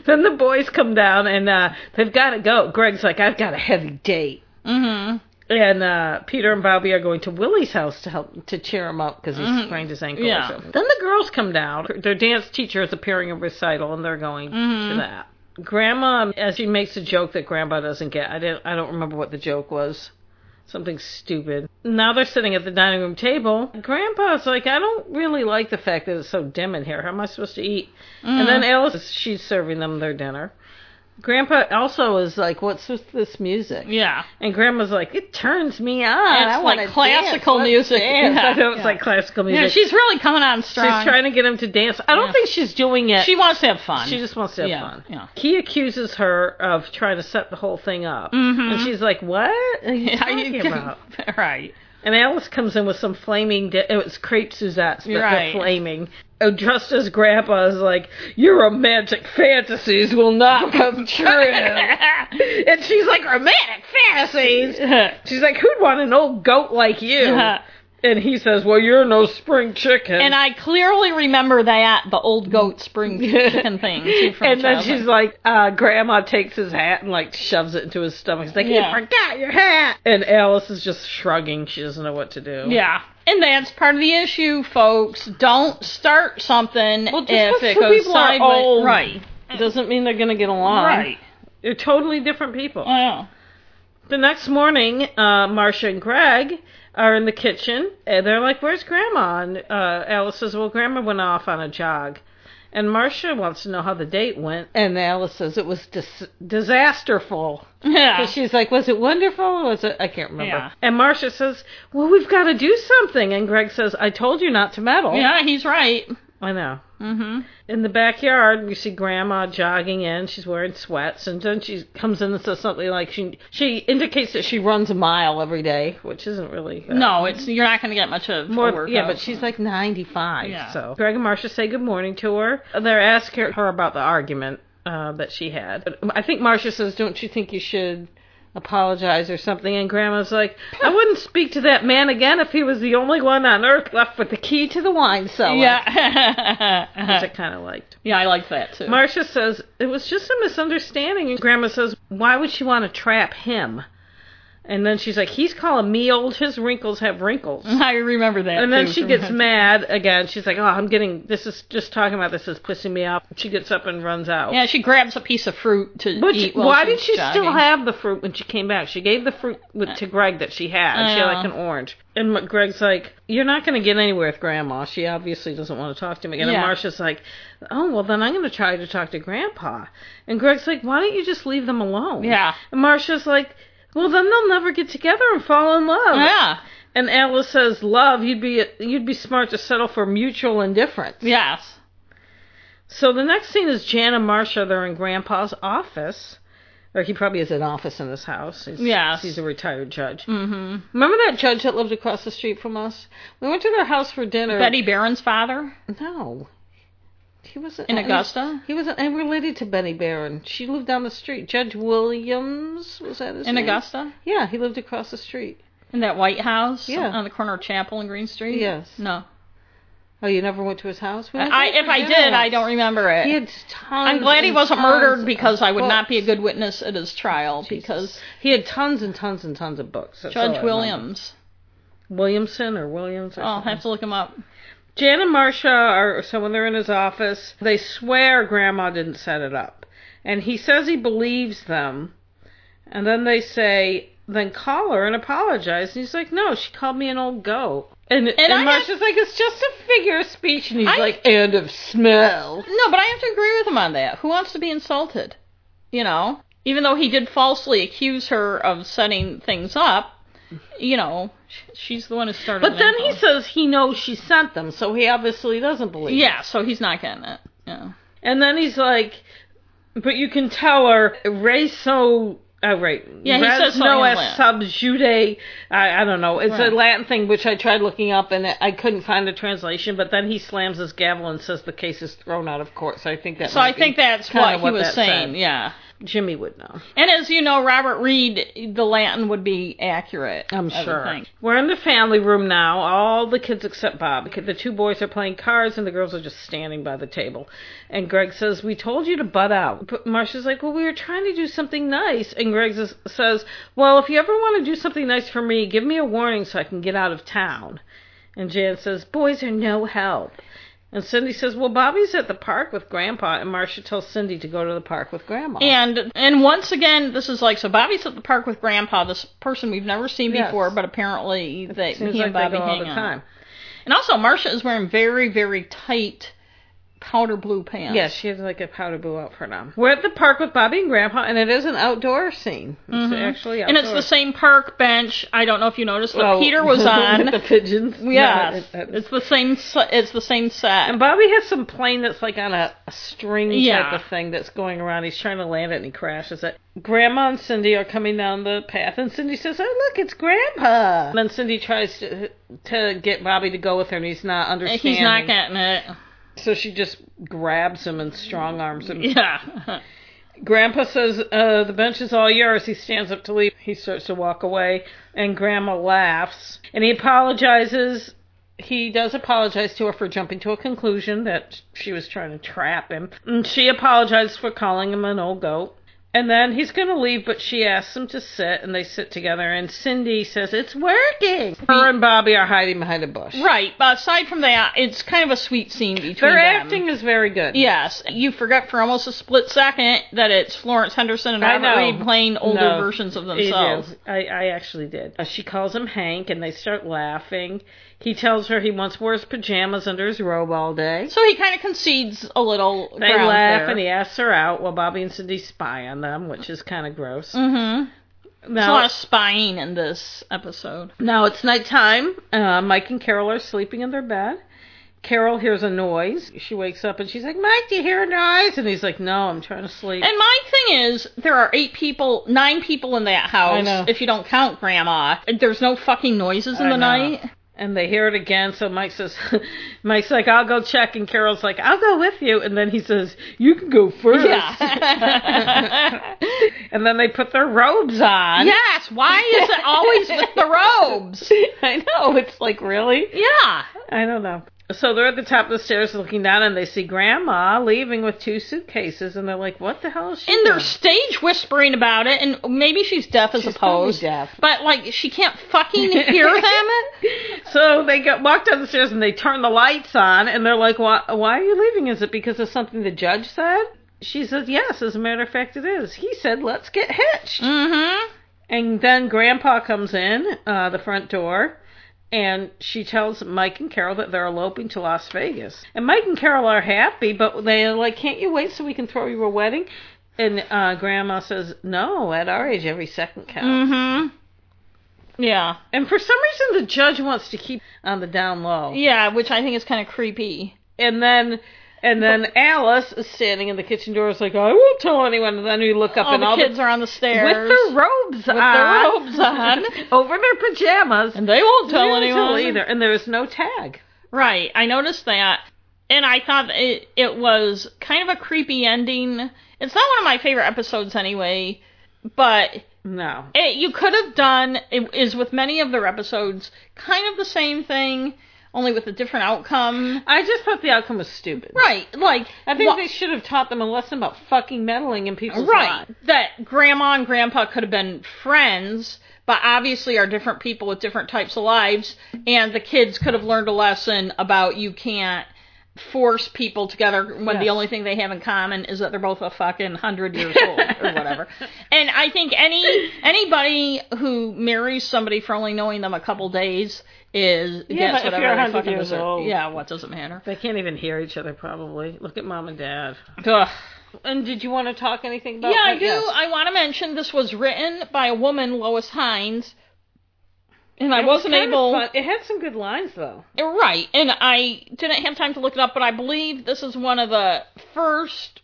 [SPEAKER 2] then the boys come down and uh, they've got to go. Greg's like, "I've got a heavy date." Mm-hmm. And uh, Peter and Bobby are going to Willie's house to help to cheer him up because he's sprained his ankle.
[SPEAKER 1] Yeah.
[SPEAKER 2] Or something. Then the girls come down. Their dance teacher is appearing at recital, and they're going to that. Grandma, as she makes a joke that Grandpa doesn't get, I didn't. I don't remember what the joke was. Something stupid. Now they're sitting at the dining room table. Grandpa's like, I don't really like the fact that it's so dim in here. How am I supposed to eat? And then Alice, she's serving them their dinner. Grandpa also is like, What's with this music?
[SPEAKER 1] Yeah.
[SPEAKER 2] And Grandma's like, it turns me on.
[SPEAKER 1] It's
[SPEAKER 2] I
[SPEAKER 1] like
[SPEAKER 2] wanna
[SPEAKER 1] classical
[SPEAKER 2] dance. Let's
[SPEAKER 1] music.
[SPEAKER 2] dance."
[SPEAKER 1] Yeah,
[SPEAKER 2] I know it's
[SPEAKER 1] yeah.
[SPEAKER 2] like classical music.
[SPEAKER 1] Yeah, she's really coming on
[SPEAKER 2] She's
[SPEAKER 1] strong.
[SPEAKER 2] trying to get him to dance. I don't
[SPEAKER 1] Yeah.
[SPEAKER 2] think she's doing it.
[SPEAKER 1] she wants to have fun.
[SPEAKER 2] She just wants to have
[SPEAKER 1] Yeah,
[SPEAKER 2] fun.
[SPEAKER 1] yeah.
[SPEAKER 2] He accuses her of trying to set the whole thing up, and she's like, "What are you
[SPEAKER 1] How Mm-hmm. you
[SPEAKER 2] talking
[SPEAKER 1] can-
[SPEAKER 2] about?"
[SPEAKER 1] right.
[SPEAKER 2] And Alice comes in with some flaming. Di- it was crepe Suzette's, but
[SPEAKER 1] Right.
[SPEAKER 2] they're flaming. Oh, just as Grandpa is like, "Your romantic fantasies will not come true," and she's like, "Romantic fantasies." She's like, who'd want an old goat like you? And he says, well, you're no spring chicken.
[SPEAKER 1] and I clearly remember that the old goat spring chicken thing. Too, from
[SPEAKER 2] And then
[SPEAKER 1] childhood.
[SPEAKER 2] she's like, uh, Grandma takes his hat and like shoves it into his stomach. He's like,
[SPEAKER 1] Yeah.
[SPEAKER 2] you forgot your hat. And Alice is just shrugging. She doesn't know what to do.
[SPEAKER 1] Yeah. And that's part of the issue, folks. Don't start something
[SPEAKER 2] Well, just
[SPEAKER 1] if
[SPEAKER 2] 'cause
[SPEAKER 1] it
[SPEAKER 2] two
[SPEAKER 1] goes
[SPEAKER 2] people are
[SPEAKER 1] sideways.
[SPEAKER 2] old.
[SPEAKER 1] Right.
[SPEAKER 2] Doesn't mean they're gonna get along.
[SPEAKER 1] Right.
[SPEAKER 2] They're totally different people.
[SPEAKER 1] I know.
[SPEAKER 2] The next morning, uh, Marcia and Greg are in the kitchen, and they're like, "Where's Grandma?" And uh, Alice says, "Well, Grandma went off on a jog." And Marcia wants to know how the date went, and Alice says it was dis- disasterful.
[SPEAKER 1] Yeah.
[SPEAKER 2] She's like, "Was it wonderful? Or was it?" I can't remember.
[SPEAKER 1] Yeah.
[SPEAKER 2] And Marcia says, "Well, we've got to do something." And Greg says, "I told you not to meddle."
[SPEAKER 1] Yeah, he's right.
[SPEAKER 2] I know.
[SPEAKER 1] Mhm.
[SPEAKER 2] In the backyard, we see Grandma jogging in. She's wearing sweats, and then she comes in and says something like she she indicates that she runs a mile every day, which isn't really that-
[SPEAKER 1] No, it's you're not going to get much of a
[SPEAKER 2] More,
[SPEAKER 1] workout.
[SPEAKER 2] yeah, but she's like 95.
[SPEAKER 1] Yeah.
[SPEAKER 2] So Greg and Marcia say good morning to her. They're asking her- her about the argument uh, that she had. But I think Marcia says, "Don't you think you should apologize or something?" And Grandma's like, "I wouldn't speak to that man again if he was the only one on earth left with the key to the wine cellar."
[SPEAKER 1] yeah.
[SPEAKER 2] Which I kind of liked.
[SPEAKER 1] yeah, I like that too.
[SPEAKER 2] Marcia says it was just a misunderstanding, and Grandma says, "Why would she want to trap him?" And then she's like, "He's calling me old. His wrinkles have wrinkles."
[SPEAKER 1] I remember that.
[SPEAKER 2] And then
[SPEAKER 1] too
[SPEAKER 2] she
[SPEAKER 1] from
[SPEAKER 2] gets
[SPEAKER 1] that.
[SPEAKER 2] mad again. She's like, "Oh, I'm getting this is just talking about this is pissing me off." She gets up and runs out.
[SPEAKER 1] Yeah, she grabs a piece of fruit to
[SPEAKER 2] Which,
[SPEAKER 1] eat. While
[SPEAKER 2] why
[SPEAKER 1] she's
[SPEAKER 2] did she
[SPEAKER 1] jogging.
[SPEAKER 2] still have the fruit when she came back? She gave the fruit with, to Greg that she had.
[SPEAKER 1] I
[SPEAKER 2] she had like
[SPEAKER 1] know.
[SPEAKER 2] an orange. And M- Greg's like, "You're not going to get anywhere with Grandma. She obviously doesn't want to talk to me." And then
[SPEAKER 1] Yeah.
[SPEAKER 2] Marcia's like, "Oh well, then I'm going to try to talk to Grandpa." And Greg's like, "Why don't you just leave them alone?"
[SPEAKER 1] Yeah.
[SPEAKER 2] And Marcia's like, "Well, then they'll never get together and fall in love."
[SPEAKER 1] Yeah.
[SPEAKER 2] And Alice says, "Love, you'd be you'd be smart to settle for mutual indifference."
[SPEAKER 1] Yes.
[SPEAKER 2] So the next scene is Jan and Marcia. They're in Grandpa's office, or he probably has an office in this house. He's,
[SPEAKER 1] Yes.
[SPEAKER 2] he's a retired judge. Mm-hmm. Remember that judge that lived across the street from us? We went to their house for dinner.
[SPEAKER 1] Betty Barron's father
[SPEAKER 2] No, he wasn't
[SPEAKER 1] in Augusta.
[SPEAKER 2] He wasn't and related to Betty Barron. She lived down the street. Judge Williams was that his
[SPEAKER 1] In
[SPEAKER 2] name?
[SPEAKER 1] Augusta.
[SPEAKER 2] Yeah, he lived across the street.
[SPEAKER 1] In that White House
[SPEAKER 2] Yeah.
[SPEAKER 1] on the corner of Chapel and Green Street?
[SPEAKER 2] Yes.
[SPEAKER 1] No.
[SPEAKER 2] Oh, you never went to his house? We went
[SPEAKER 1] I
[SPEAKER 2] there
[SPEAKER 1] if
[SPEAKER 2] for
[SPEAKER 1] I
[SPEAKER 2] dinner
[SPEAKER 1] did, I
[SPEAKER 2] once.
[SPEAKER 1] don't remember it.
[SPEAKER 2] He had tons.
[SPEAKER 1] I'm glad he
[SPEAKER 2] and
[SPEAKER 1] wasn't
[SPEAKER 2] tons
[SPEAKER 1] murdered
[SPEAKER 2] of
[SPEAKER 1] because I would not be a
[SPEAKER 2] books.
[SPEAKER 1] good witness at his trial because
[SPEAKER 2] He had tons and tons and tons of books. That's all I
[SPEAKER 1] Judge
[SPEAKER 2] remember.
[SPEAKER 1] Williams.
[SPEAKER 2] Williamson or Williams. Or
[SPEAKER 1] I'll
[SPEAKER 2] something.
[SPEAKER 1] have to look him up.
[SPEAKER 2] Jan and Marcia are so when they're in his office, they swear Grandma didn't set it up, and he says he believes them, and then they say then call her and apologize. And he's like, no, she called me an old goat. And, and,
[SPEAKER 1] I have-
[SPEAKER 2] Marcia's like, it's just a figure of speech. And he's
[SPEAKER 1] I-
[SPEAKER 2] like, and of smell.
[SPEAKER 1] No, but I have to agree with him on that. Who wants to be insulted? You know, even though he did falsely accuse her of setting things up, you know, sh- she's the one who started.
[SPEAKER 2] But
[SPEAKER 1] it
[SPEAKER 2] then he
[SPEAKER 1] all.
[SPEAKER 2] says he knows she sent them, so he obviously doesn't believe. her.
[SPEAKER 1] yeah, so he's not getting it. Yeah.
[SPEAKER 2] And then he's like, but you can tell her, reso. Oh, right.
[SPEAKER 1] Yeah, he
[SPEAKER 2] Res
[SPEAKER 1] says something
[SPEAKER 2] no
[SPEAKER 1] in
[SPEAKER 2] es subjude. I, I don't know. It's
[SPEAKER 1] Right.
[SPEAKER 2] a Latin thing, which I tried looking up and I couldn't find a translation, but then he slams his gavel and says the case is thrown out of court. So I think that
[SPEAKER 1] So I think that's
[SPEAKER 2] kinda
[SPEAKER 1] what he
[SPEAKER 2] what
[SPEAKER 1] was
[SPEAKER 2] that
[SPEAKER 1] saying.
[SPEAKER 2] said.
[SPEAKER 1] Yeah.
[SPEAKER 2] Jimmy would know.
[SPEAKER 1] And as you know, Robert Reed, the Latin would be accurate.
[SPEAKER 2] I'm
[SPEAKER 1] I would
[SPEAKER 2] sure.
[SPEAKER 1] think.
[SPEAKER 2] We're in the family room now. All the kids except Bob. The two boys are playing cards, and the girls are just standing by the table. And Greg says, "We told you to butt out." But Marcia's like, "Well, we were trying to do something nice." And Greg s- says, "Well, if you ever want to do something nice for me, give me a warning so I can get out of town." And Jan says, "Boys are no help." And Cindy says, "Well, Bobby's at the park with Grandpa," and Marcia tells Cindy to go to the park with Grandma.
[SPEAKER 1] And and once again, this is like so. Bobby's at the park with Grandpa, this person we've never seen
[SPEAKER 2] Yes.
[SPEAKER 1] before, but apparently they,
[SPEAKER 2] Seems
[SPEAKER 1] he
[SPEAKER 2] like
[SPEAKER 1] and
[SPEAKER 2] they
[SPEAKER 1] Bobby
[SPEAKER 2] go
[SPEAKER 1] hang
[SPEAKER 2] all the
[SPEAKER 1] out.
[SPEAKER 2] time.
[SPEAKER 1] And also, Marcia is wearing very, very tight powder blue pants.
[SPEAKER 2] Yeah, she has like a powder blue outfit on. We're at the park with Bobby and Grandpa, and it is an outdoor scene. It's actually
[SPEAKER 1] Mm-hmm.
[SPEAKER 2] Oh.
[SPEAKER 1] And it's the same park bench. I don't know if you noticed, but Peter was on.
[SPEAKER 2] the pigeons.
[SPEAKER 1] yes,
[SPEAKER 2] No, it- it-
[SPEAKER 1] it's the same. se- It's the same set.
[SPEAKER 2] and Bobby has some plane that's like on a, a string
[SPEAKER 1] Yeah.
[SPEAKER 2] type of thing that's going around. He's trying to land it and he crashes it. Grandma and Cindy are coming down the path, and Cindy says, "Oh, look, it's Grandpa." And then Cindy tries to to get Bobby to go with her, and he's not
[SPEAKER 1] And
[SPEAKER 2] understanding.
[SPEAKER 1] He's not getting it.
[SPEAKER 2] So she just grabs him and strong arms him
[SPEAKER 1] Yeah.
[SPEAKER 2] Grandpa says, uh, the bench is all yours. He stands up to leave. He starts to walk away, and Grandma laughs. And he apologizes. He does apologize to her for jumping to a conclusion that she was trying to trap him. And she apologizes for calling him an old goat. And then he's going to leave, but she asks him to sit, and they sit together. And Cindy says, It's working. Her and Bobby are hiding behind a bush.
[SPEAKER 1] right. But aside from that, it's kind of a sweet scene between
[SPEAKER 2] Their
[SPEAKER 1] them.
[SPEAKER 2] acting is very good.
[SPEAKER 1] Yes, you forget for almost a split second that it's Florence Henderson and
[SPEAKER 2] I
[SPEAKER 1] Robert
[SPEAKER 2] know.
[SPEAKER 1] Reed playing older
[SPEAKER 2] No.
[SPEAKER 1] versions of
[SPEAKER 2] It
[SPEAKER 1] themselves.
[SPEAKER 2] is. I, I actually did. Uh, she calls him Hank, and they start laughing. He tells her he once wore his pajamas under his robe all day.
[SPEAKER 1] So he kind of concedes a little.
[SPEAKER 2] They laugh, and he asks her out while Bobby and Cindy spy on them, which is kind of gross.
[SPEAKER 1] Mm-hmm. There's a
[SPEAKER 2] Now,
[SPEAKER 1] lot of spying in this episode.
[SPEAKER 2] now it's nighttime. Uh, Mike and Carol are sleeping in their bed. Carol hears a noise. She wakes up and she's like, Mike, do you hear a noise? And he's like, No, I'm trying to sleep.
[SPEAKER 1] And my thing is, there are eight people, nine people in that house.
[SPEAKER 2] I know.
[SPEAKER 1] If you don't count Grandma, there's no fucking noises in
[SPEAKER 2] I
[SPEAKER 1] the
[SPEAKER 2] know.
[SPEAKER 1] night.
[SPEAKER 2] And they hear it again, so Mike says, Mike's like, I'll go check, and Carol's like, I'll go with you. And then he says, You can go first.
[SPEAKER 1] Yeah.
[SPEAKER 2] and then they put their robes on.
[SPEAKER 1] yes. Why is it always with the robes?
[SPEAKER 2] I know. It's like, really?
[SPEAKER 1] Yeah.
[SPEAKER 2] I don't know. So they're at the top of the stairs looking down, and they see Grandma leaving with two suitcases, and they're like, What the hell is she
[SPEAKER 1] And they're
[SPEAKER 2] doing?
[SPEAKER 1] stage whispering about it, and maybe she's deaf as
[SPEAKER 2] She's probably
[SPEAKER 1] opposed.
[SPEAKER 2] deaf.
[SPEAKER 1] But like, she can't fucking hear them.
[SPEAKER 2] So they go, walk down the stairs and they turn the lights on, and they're like, why, why are you leaving? Is it because of something the judge said? She says, Yes, as a matter of fact, it is. He said, Let's get hitched.
[SPEAKER 1] Mm-hmm.
[SPEAKER 2] And then Grandpa comes in uh, the front door, and she tells Mike and Carol that they're eloping to Las Vegas. And Mike and Carol are happy, but they're like, "Can't you wait so we can throw you a wedding?" And uh, Grandma says, "No, at our age, every second counts."
[SPEAKER 1] Mm-hmm. Yeah.
[SPEAKER 2] And for some reason, the judge wants to keep on the down low.
[SPEAKER 1] Yeah, which I think is kind of creepy.
[SPEAKER 2] And then. And then Alice is standing in the kitchen door. Is like, I won't tell anyone. And then we look up,
[SPEAKER 1] All
[SPEAKER 2] and
[SPEAKER 1] the
[SPEAKER 2] all
[SPEAKER 1] kids
[SPEAKER 2] the
[SPEAKER 1] are on the stairs
[SPEAKER 2] with their robes
[SPEAKER 1] their
[SPEAKER 2] on,
[SPEAKER 1] robes on.
[SPEAKER 2] over their pajamas,
[SPEAKER 1] and they won't tell
[SPEAKER 2] They didn't
[SPEAKER 1] anyone
[SPEAKER 2] either, and there was no tag.
[SPEAKER 1] Right, I noticed that, and I thought that it it was kind of a creepy ending. It's not one of my favorite episodes anyway, but
[SPEAKER 2] No.
[SPEAKER 1] it, you could have done it is with many of their episodes kind of the same thing, only with a different outcome.
[SPEAKER 2] I just thought the outcome was stupid.
[SPEAKER 1] Right, like
[SPEAKER 2] I think
[SPEAKER 1] wha-
[SPEAKER 2] they should have taught them a lesson about fucking meddling in people's
[SPEAKER 1] right
[SPEAKER 2] lives.
[SPEAKER 1] that grandma and grandpa could have been friends but obviously are different people with different types of lives and the kids could have learned a lesson about you can't force people together when the
[SPEAKER 2] Yes.
[SPEAKER 1] only thing they have in common is that they're both a fucking hundred years old or whatever. And I think any anybody who marries somebody for only knowing them a couple days is
[SPEAKER 2] Yeah,
[SPEAKER 1] gets
[SPEAKER 2] but if
[SPEAKER 1] whatever
[SPEAKER 2] you're
[SPEAKER 1] they
[SPEAKER 2] 100
[SPEAKER 1] fucking
[SPEAKER 2] years
[SPEAKER 1] deserve.
[SPEAKER 2] old.
[SPEAKER 1] Yeah, what does it matter?
[SPEAKER 2] They can't even hear each other, probably. Look at mom and dad.
[SPEAKER 1] Ugh.
[SPEAKER 2] And did you want to talk anything about
[SPEAKER 1] yeah, I do.
[SPEAKER 2] Yes.
[SPEAKER 1] I want to mention this was written by a woman, Lois Hines, and I
[SPEAKER 2] It was
[SPEAKER 1] wasn't
[SPEAKER 2] kind of
[SPEAKER 1] able. Uh,
[SPEAKER 2] fun- It had some good lines, though.
[SPEAKER 1] Right, and I didn't have time to look it up, but I believe this is one of the first,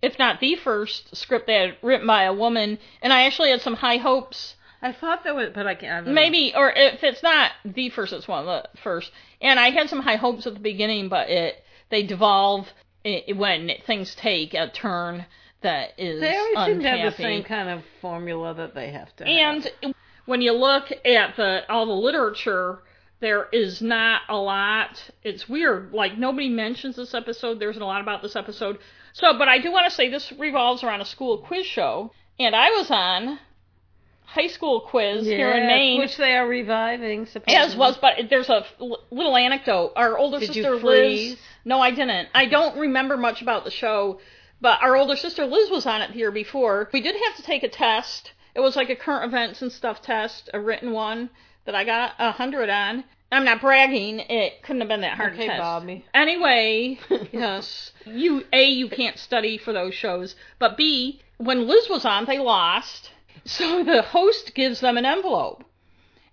[SPEAKER 1] if not the first, script they had written by a woman, and I actually had some high hopes.
[SPEAKER 2] I thought that was, but I can't. I don't
[SPEAKER 1] Maybe, or if it's not the first, it's one of the first. And I had some high hopes at the beginning, but it they devolve i when things take a turn that is
[SPEAKER 2] know. They always seem to have the
[SPEAKER 1] unhappy.
[SPEAKER 2] same kind of formula that they have to. have.
[SPEAKER 1] And when you look at the all the literature, there is not a lot. It's weird. Like nobody mentions this episode. There isn't a lot about this episode. So, but I do want to say this revolves around a school quiz show, and I was on high school quiz here in
[SPEAKER 2] Yes,
[SPEAKER 1] Maine.
[SPEAKER 2] which they are reviving. Supposedly.
[SPEAKER 1] As was, but it- there's a f- l- little anecdote. Our older
[SPEAKER 2] Did you
[SPEAKER 1] sister Liz.
[SPEAKER 2] freeze?
[SPEAKER 1] No, I didn't. I don't remember much about the show, but our older sister Liz was on it here before. We did have to take a test. It was like a current events and stuff test, a written one that I got a hundred on. I'm not bragging. It couldn't have been that hard. to
[SPEAKER 2] Okay,
[SPEAKER 1] test.
[SPEAKER 2] Bobby.
[SPEAKER 1] Anyway, yes, you a you can't study for those shows, but b when Liz was on, they lost. So the host gives them an envelope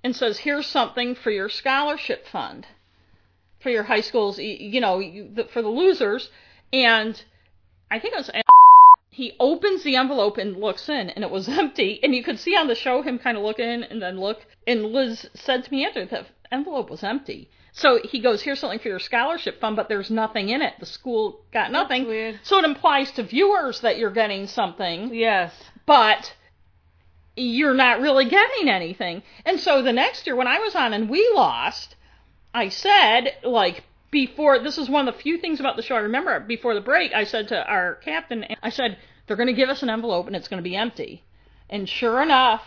[SPEAKER 1] and says, "Here's something for your scholarship fund, for your high schools, y- you know, you- the- for the losers." And I think it was he opens the envelope and looks in, and it was empty. And you could see on the show him kind of look in and then look. And Liz said to me after the envelope was empty. So he goes, "Here's something for your scholarship fund, but there's nothing in it. The school got nothing."
[SPEAKER 2] weird.
[SPEAKER 1] So it implies to viewers that you're getting something
[SPEAKER 2] Yes.
[SPEAKER 1] but you're not really getting anything. And so the next year when I was on and we lost, I said like before this is one of the few things about the show I remember before the break, I said to our captain, I said they're going to give us an envelope and it's going to be empty. And sure enough,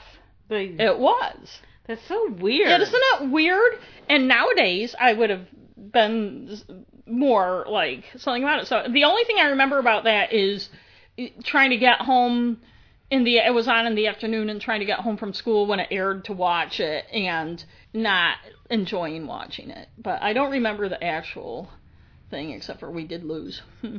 [SPEAKER 2] They,
[SPEAKER 1] it was.
[SPEAKER 2] that's so weird.
[SPEAKER 1] It Oh. isn't that weird? And nowadays, I would have been s- more like something about it. So the only thing I remember about that is eh, trying to get home in the it was on in the afternoon and trying to get home from school when it aired to watch it and not enjoying watching it. But I don't remember the actual thing except for we did lose. Hmm.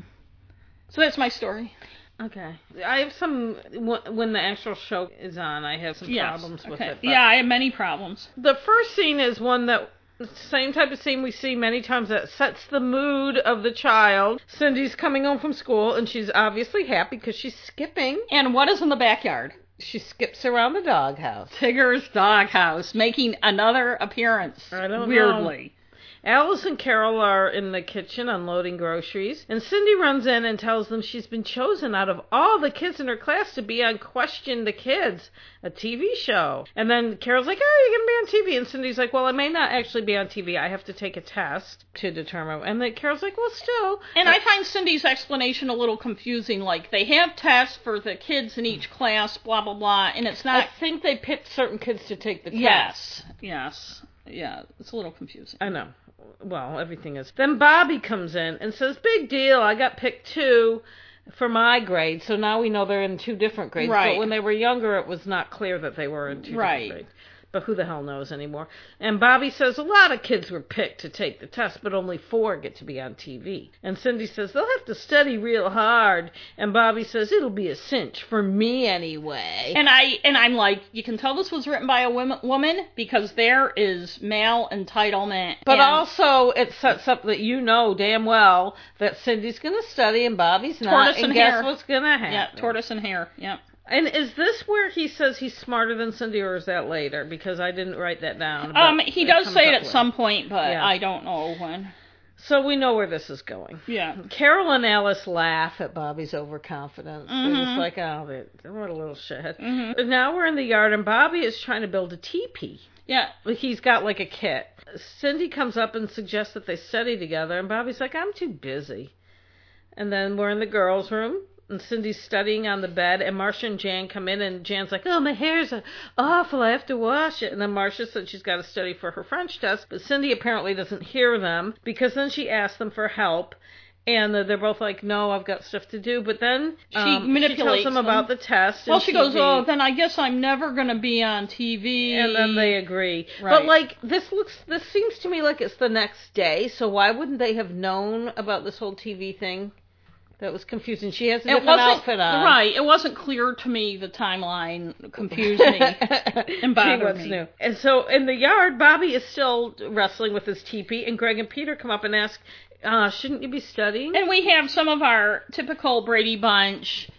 [SPEAKER 1] so that's my story.
[SPEAKER 2] Okay. I have some wh- when the actual show is on. I have some
[SPEAKER 1] Yes.
[SPEAKER 2] problems with
[SPEAKER 1] Okay.
[SPEAKER 2] it. but-
[SPEAKER 1] Yeah, I have many problems.
[SPEAKER 2] The first scene is one that same type of scene we see many times that sets the mood of the child. Cindy's coming home from school and she's obviously happy because she's skipping.
[SPEAKER 1] And what is in the backyard?
[SPEAKER 2] She skips around the doghouse.
[SPEAKER 1] Tigger's doghouse making another appearance.
[SPEAKER 2] I don't know.
[SPEAKER 1] weirdly.
[SPEAKER 2] Alice and Carol are in the kitchen unloading groceries, and Cindy runs in and tells them she's been chosen out of all the kids in her class to be on Question the Kids, a TV show. And then Carol's like, Oh, you're going to be on TV. And Cindy's like, Well, I may not actually be on TV. I have to take a test to determine. And then Carol's like, Well, still.
[SPEAKER 1] And I find Cindy's explanation a little confusing. Like they have tests for the kids in each class, blah blah blah, and it's
[SPEAKER 2] I
[SPEAKER 1] not.
[SPEAKER 2] think they picked certain kids to take the test.
[SPEAKER 1] yes, yes, yeah. It's a little confusing.
[SPEAKER 2] I know. Well, everything is. Then Bobby comes in and says, "Big deal. I got picked two for my grade." So now we know they're in two different grades.
[SPEAKER 1] Right.
[SPEAKER 2] But when they were younger, it was not clear that they were in two
[SPEAKER 1] Right.
[SPEAKER 2] different grades. But who the hell knows anymore? And Bobby says a lot of kids were picked to take the test, but only four get to be on TV. And Cindy says they'll have to study real hard. And Bobby says it'll be a cinch for me anyway.
[SPEAKER 1] And I and I'm like, you can tell this was written by a women, woman because there is male entitlement.
[SPEAKER 2] But
[SPEAKER 1] and-
[SPEAKER 2] also, it sets up that you know damn well that Cindy's going to study and Bobby's not.
[SPEAKER 1] Tortoise
[SPEAKER 2] and,
[SPEAKER 1] and
[SPEAKER 2] guess
[SPEAKER 1] hare.
[SPEAKER 2] what's going to happen?
[SPEAKER 1] yeah, tortoise and hare. Yeah.
[SPEAKER 2] And is this where he says he's smarter than Cindy, or is that later? Because I didn't write that down. but
[SPEAKER 1] Um, he does
[SPEAKER 2] comes
[SPEAKER 1] say it
[SPEAKER 2] up
[SPEAKER 1] at
[SPEAKER 2] later.
[SPEAKER 1] some point, but
[SPEAKER 2] Yeah.
[SPEAKER 1] I don't know when.
[SPEAKER 2] So we know where this is going.
[SPEAKER 1] Yeah.
[SPEAKER 2] Carol and Alice laugh at Bobby's overconfidence. They're
[SPEAKER 1] Mhm.
[SPEAKER 2] just like, oh, they- what a little shit.
[SPEAKER 1] Mhm.
[SPEAKER 2] But now we're in the yard, and Bobby is trying to build a teepee.
[SPEAKER 1] Yeah.
[SPEAKER 2] Like, He's got like a kit. Cindy comes up and suggests that they study together, and Bobby's like, I'm too busy. And then we're in the girls' room, and Cindy's studying on the bed, and Marcia and Jan come in, and Jan's like, "Oh, my hair's awful. I have to wash it." And then Marcia said she's got to study for her French test, but Cindy apparently doesn't hear them because then she asks them for help, and they're both like, "No, I've got stuff to do." But then
[SPEAKER 1] She
[SPEAKER 2] um, she tells
[SPEAKER 1] manipulates
[SPEAKER 2] them,
[SPEAKER 1] them.
[SPEAKER 2] about the test. and
[SPEAKER 1] Well, she goes,
[SPEAKER 2] TV,
[SPEAKER 1] oh, then I guess I'm never going to be on TV.
[SPEAKER 2] and then they agree. But
[SPEAKER 1] Mm-hmm. Right.
[SPEAKER 2] like this looks, this seems to me like it's the next day. So why wouldn't they have known about this whole TV thing? That was confusing. She has a
[SPEAKER 1] It
[SPEAKER 2] different
[SPEAKER 1] wasn't
[SPEAKER 2] outfit on.
[SPEAKER 1] right. It wasn't clear to me. The timeline confused me.
[SPEAKER 2] and
[SPEAKER 1] bothered
[SPEAKER 2] what's
[SPEAKER 1] me.
[SPEAKER 2] new. And so in the yard, Bobby is still wrestling with his teepee, and Greg and Peter come up and ask, uh, "Shouldn't you be studying?"
[SPEAKER 1] and we have some of our typical Brady Bunch.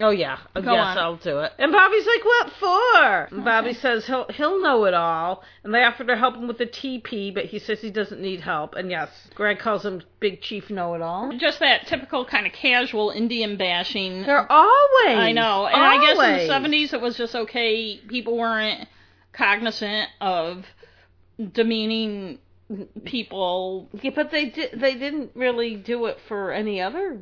[SPEAKER 2] oh yeah, yes,
[SPEAKER 1] on.
[SPEAKER 2] I'll do it. And Bobby's like, "What for?" And Bobby says he'll he'll know it all. And they offer to help him with the teepee, but he says he doesn't need help. And yes, Greg calls him Big Chief Know It All.
[SPEAKER 1] Just that typical kind of casual Indian bashing.
[SPEAKER 2] They're always.
[SPEAKER 1] I know. And I guess in
[SPEAKER 2] always.
[SPEAKER 1] the 70s it was just okay. People weren't cognizant of demeaning people.
[SPEAKER 2] Yeah, but they did. They didn't really do it for any other.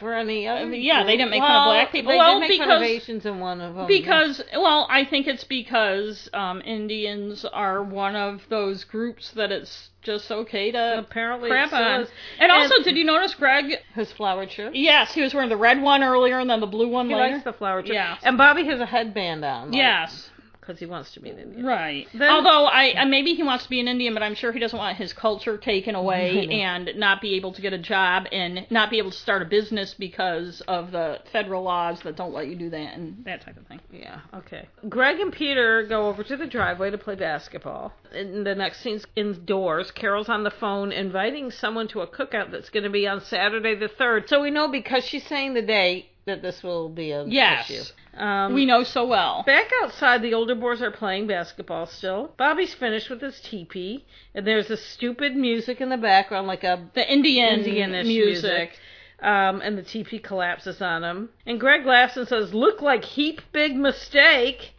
[SPEAKER 2] For any other.
[SPEAKER 1] yeah, they didn't make fun of
[SPEAKER 2] Well,
[SPEAKER 1] black people.
[SPEAKER 2] They
[SPEAKER 1] Well,
[SPEAKER 2] did make fun of
[SPEAKER 1] because-
[SPEAKER 2] Asians in one of them.
[SPEAKER 1] Because, well, I think it's because um, Indians are one of those groups that it's just okay to
[SPEAKER 2] apparently
[SPEAKER 1] crap
[SPEAKER 2] it still
[SPEAKER 1] on.
[SPEAKER 2] is.
[SPEAKER 1] And also, did you notice Greg?
[SPEAKER 2] his flowered shirt.
[SPEAKER 1] Yes, he was wearing the red one earlier and then the blue one
[SPEAKER 2] He
[SPEAKER 1] later.
[SPEAKER 2] likes the flowered shirt.
[SPEAKER 1] Yeah.
[SPEAKER 2] And Bobby has a headband on.
[SPEAKER 1] yes,
[SPEAKER 2] Because he wants to be an Indian.
[SPEAKER 1] right.
[SPEAKER 2] Then-
[SPEAKER 1] Although I, I maybe he wants to be an Indian, but I'm sure he doesn't want his culture taken away
[SPEAKER 2] know.
[SPEAKER 1] and not be able to get a job and not be able to start a business because of the federal laws that don't let you do that and that type of thing.
[SPEAKER 2] Yeah. Okay. Greg and Peter go over to the driveway to play basketball. And the next scene's indoors. Carol's on the phone inviting someone to a cookout that's going to be on Saturday the third. So we know because she's saying the date that this will be an
[SPEAKER 1] Yes.
[SPEAKER 2] issue. Um,
[SPEAKER 1] We know so well.
[SPEAKER 2] Back outside, the older boys are playing basketball still. Bobby's finished with his teepee, and there's a stupid music in the background, like a
[SPEAKER 1] The Indian
[SPEAKER 2] Indianish
[SPEAKER 1] music.
[SPEAKER 2] music. Um, and the teepee collapses on him. And Greg laughs and says, "Look like heap big mistake."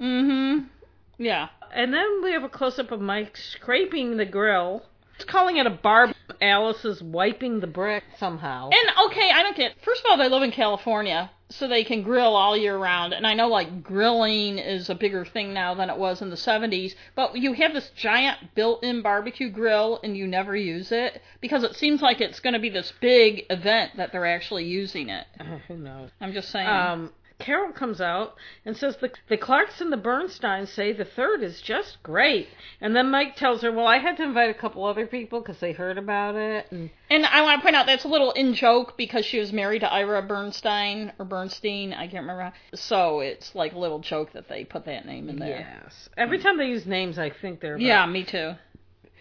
[SPEAKER 1] Mm-hmm. Yeah.
[SPEAKER 2] And then we have a close up of Mike scraping the grill. It's calling it a barb. Alice is wiping the brick somehow.
[SPEAKER 1] And okay, I don't get. First of all, they live in California, so they can grill all year round. And I know like grilling is a bigger thing now than it was in the 70s, but you have this giant built-in barbecue grill and you never use it because it seems like it's going to be this big event that they're actually using it.
[SPEAKER 2] Who knows?
[SPEAKER 1] I'm just saying.
[SPEAKER 2] Um, Carol comes out and says the the Clarks and the Bernsteins say the third is just great. And then Mike tells her, "Well, I had to invite a couple other people because they heard about it." And
[SPEAKER 1] And I want to point out that's a little in joke because she was married to Ira Bernstein or Bernstein, I can't remember. So it's like a little joke that they put that name in there.
[SPEAKER 2] yes, every time they use names, I think they're about-
[SPEAKER 1] Yeah, me too.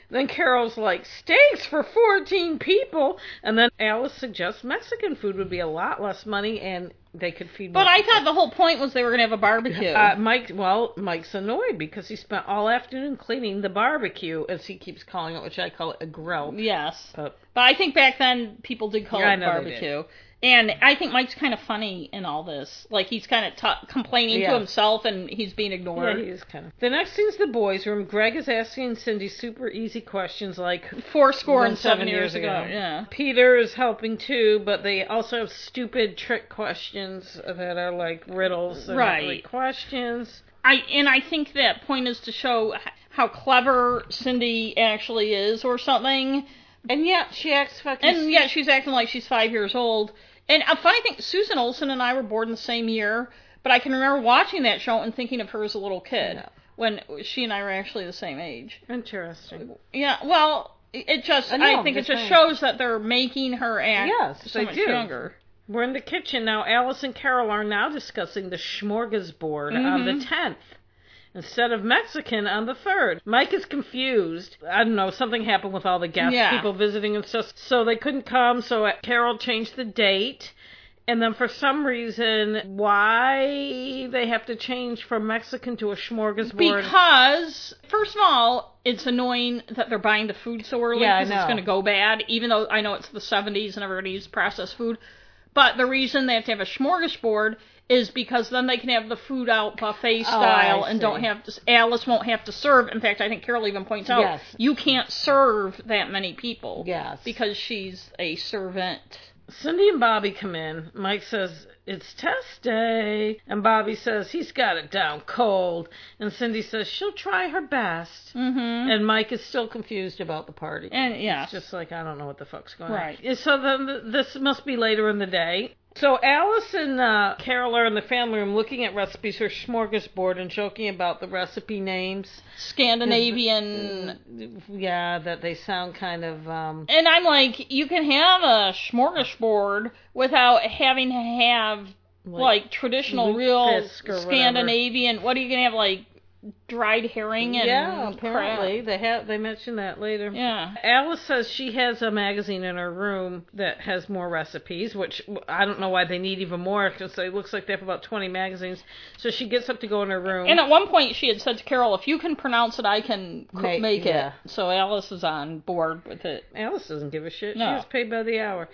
[SPEAKER 2] Then Carol's like steaks for fourteen people, and then Alice suggests Mexican food would be a lot less money and they could feed.
[SPEAKER 1] But
[SPEAKER 2] more
[SPEAKER 1] I thought the whole point was they were going to have a barbecue.
[SPEAKER 2] Uh, Mike, well, Mike's annoyed because he spent all afternoon cleaning the barbecue, as he keeps calling it, which I call it a grill.
[SPEAKER 1] yes.
[SPEAKER 2] But
[SPEAKER 1] But I think back then people did call
[SPEAKER 2] Yeah, I
[SPEAKER 1] it
[SPEAKER 2] know they
[SPEAKER 1] barbecue. And I think Mike's kind of funny in all this. Like he's kind of t- complaining
[SPEAKER 2] Yeah.
[SPEAKER 1] to himself and he's being
[SPEAKER 2] Yeah,
[SPEAKER 1] ignored.
[SPEAKER 2] he is kind of. The next scene's the boys' room. Greg is asking Cindy super easy questions like
[SPEAKER 1] Four score
[SPEAKER 2] One
[SPEAKER 1] and seven,
[SPEAKER 2] seven years
[SPEAKER 1] years ago.
[SPEAKER 2] ago.
[SPEAKER 1] Yeah.
[SPEAKER 2] Peter is helping too, but they also have stupid trick questions that are like riddles, they're not
[SPEAKER 1] Right.
[SPEAKER 2] really questions.
[SPEAKER 1] I and I think that point is to show h- how clever Cindy actually is, or something.
[SPEAKER 2] And yet she acts fucking.
[SPEAKER 1] And yet she's acting like she's five years old. And a funny thing, Susan Olsen and I were born the same year, but I can remember watching that show and thinking of her as a little kid
[SPEAKER 2] Yeah.
[SPEAKER 1] when she and I were actually the same age.
[SPEAKER 2] interesting.
[SPEAKER 1] Yeah, well, it just
[SPEAKER 2] I know,
[SPEAKER 1] I
[SPEAKER 2] I'm
[SPEAKER 1] think
[SPEAKER 2] just
[SPEAKER 1] it just
[SPEAKER 2] saying.
[SPEAKER 1] shows that they're making her act
[SPEAKER 2] Yes,
[SPEAKER 1] so
[SPEAKER 2] they
[SPEAKER 1] much
[SPEAKER 2] do.
[SPEAKER 1] younger.
[SPEAKER 2] We're in the kitchen now. Alice and Carol are now discussing the smorgasbord on the 10th instead of Mexican on the 3rd. Mike is confused. I don't know, something happened with all the guests,
[SPEAKER 1] Yeah.
[SPEAKER 2] people visiting and stuff, so they couldn't come, so Carol changed the date. And then for some reason, why they have to change from Mexican to a smorgasbord?
[SPEAKER 1] Because first of all, it's annoying that they're buying the food so early
[SPEAKER 2] Yeah, I
[SPEAKER 1] because it's
[SPEAKER 2] know.
[SPEAKER 1] going to go bad. Even though I know it's the 70s and everybody eats processed food, but the reason they have to have a smorgasbord is because then they can have the food out buffet style and
[SPEAKER 2] Oh, see.
[SPEAKER 1] don't have to, Alice won't have to serve. In fact, I think Carol even points out
[SPEAKER 2] Yes.
[SPEAKER 1] you can't serve that many people
[SPEAKER 2] Yes.
[SPEAKER 1] because she's a servant
[SPEAKER 2] Cindy and Bobby come in. Mike says, It's test day. And Bobby says, He's got it down cold. And Cindy says, She'll try her best.
[SPEAKER 1] Mm-hmm.
[SPEAKER 2] And Mike is still confused about the party.
[SPEAKER 1] And yeah,
[SPEAKER 2] It's just like, I don't know what the fuck's going
[SPEAKER 1] Right.
[SPEAKER 2] on. And So then th- this must be later in the day. So Alice and uh, Carol are in the family room looking at recipes for smorgasbord and joking about the recipe names.
[SPEAKER 1] Scandinavian.
[SPEAKER 2] Yeah, that they sound kind of. Um,
[SPEAKER 1] And I'm like, you can have a smorgasbord without having to have like, traditional,
[SPEAKER 2] Lutefisk
[SPEAKER 1] real
[SPEAKER 2] or whatever.
[SPEAKER 1] Scandinavian. What are you gonna have like dried herring and
[SPEAKER 2] yeah,
[SPEAKER 1] crap?
[SPEAKER 2] apparently they have. They mentioned that later.
[SPEAKER 1] Yeah.
[SPEAKER 2] Alice says she has a magazine in her room that has more recipes, which I don't know why they need even more because it looks like they have about 20 magazines. So she gets up to go in her room.
[SPEAKER 1] And at one point, she had said to Carol, "If you can pronounce it, I can co-
[SPEAKER 2] Make-
[SPEAKER 1] make,
[SPEAKER 2] yeah.
[SPEAKER 1] it." So Alice is on board with it.
[SPEAKER 2] Alice doesn't give a shit. She
[SPEAKER 1] No.
[SPEAKER 2] gets paid by the hour.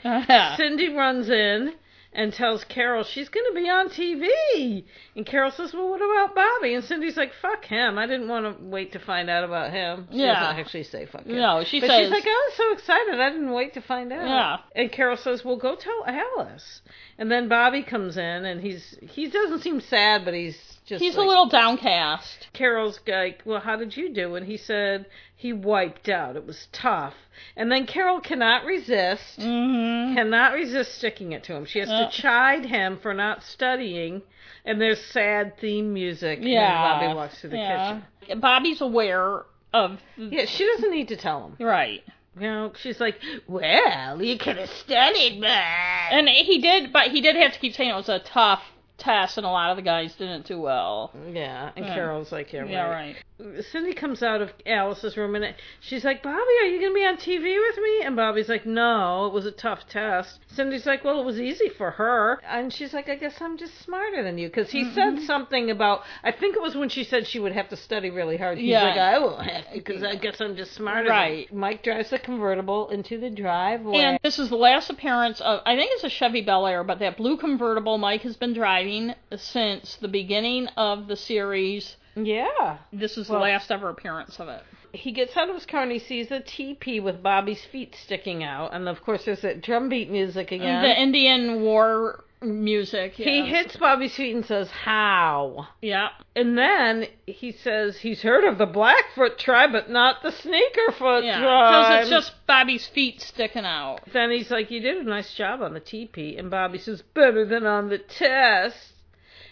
[SPEAKER 2] Cindy runs in and tells Carol she's going to be on TV. And Carol says, Well, what about Bobby? And Cindy's like, Fuck him. I didn't want to wait to find out about him. She
[SPEAKER 1] Yeah.
[SPEAKER 2] doesn't actually say fuck him.
[SPEAKER 1] No, she
[SPEAKER 2] but
[SPEAKER 1] says-
[SPEAKER 2] she's like, I was so excited. I didn't wait to find out.
[SPEAKER 1] Yeah.
[SPEAKER 2] And Carol says, Well, go tell Alice. And then Bobby comes in and he's he doesn't seem sad, but he's just
[SPEAKER 1] He's
[SPEAKER 2] like,
[SPEAKER 1] a little downcast.
[SPEAKER 2] Carol's like, Well, how did you do? And he said, He wiped out. It was tough. And then Carol cannot resist,
[SPEAKER 1] Mm-hmm.
[SPEAKER 2] cannot resist sticking it to him. She has
[SPEAKER 1] Yeah.
[SPEAKER 2] to chide him for not studying. And there's sad theme music.
[SPEAKER 1] Yeah.
[SPEAKER 2] And Bobby walks through the
[SPEAKER 1] yeah.
[SPEAKER 2] kitchen.
[SPEAKER 1] Bobby's aware of.
[SPEAKER 2] Yeah, she doesn't need to tell him.
[SPEAKER 1] Right.
[SPEAKER 2] You know, she's like, Well, you could have studied but
[SPEAKER 1] And he did, but he did have to keep saying it was a tough test, and a lot of the guys didn't do well.
[SPEAKER 2] Yeah. And
[SPEAKER 1] Yeah.
[SPEAKER 2] Carol's like, Yeah,
[SPEAKER 1] Yeah,
[SPEAKER 2] right.
[SPEAKER 1] right.
[SPEAKER 2] Cindy comes out of Alice's room and she's like, Bobby, are you going to be on TV with me? And Bobby's like, No, it was a tough test. Cindy's like, Well, it was easy for her. And she's like, I guess I'm just smarter than you. Because he
[SPEAKER 1] Mm-hmm.
[SPEAKER 2] said something about, I think it was when she said she would have to study really hard. He's
[SPEAKER 1] Yeah.
[SPEAKER 2] like, I won't have to because I guess I'm just smarter. than
[SPEAKER 1] Right.
[SPEAKER 2] you." Mike drives the convertible into the driveway.
[SPEAKER 1] And this is the last appearance of, I think it's a Chevy Bel Air, but that blue convertible Mike has been driving since the beginning of the series.
[SPEAKER 2] yeah.
[SPEAKER 1] This is
[SPEAKER 2] Well-
[SPEAKER 1] the last ever appearance of it.
[SPEAKER 2] he gets out of his car and he sees a teepee with Bobby's feet sticking out. And of course, there's that drumbeat music again.
[SPEAKER 1] The Indian War music.
[SPEAKER 2] He
[SPEAKER 1] yes.
[SPEAKER 2] hits Bobby's feet and says, How?
[SPEAKER 1] Yeah.
[SPEAKER 2] And then he says he's heard of the Blackfoot tribe, but not the Sneakerfoot
[SPEAKER 1] Yeah. Because
[SPEAKER 2] tribe.
[SPEAKER 1] it's just Bobby's feet sticking out.
[SPEAKER 2] Then he's like, You did a nice job on the teepee. And Bobby says, Better than on the test.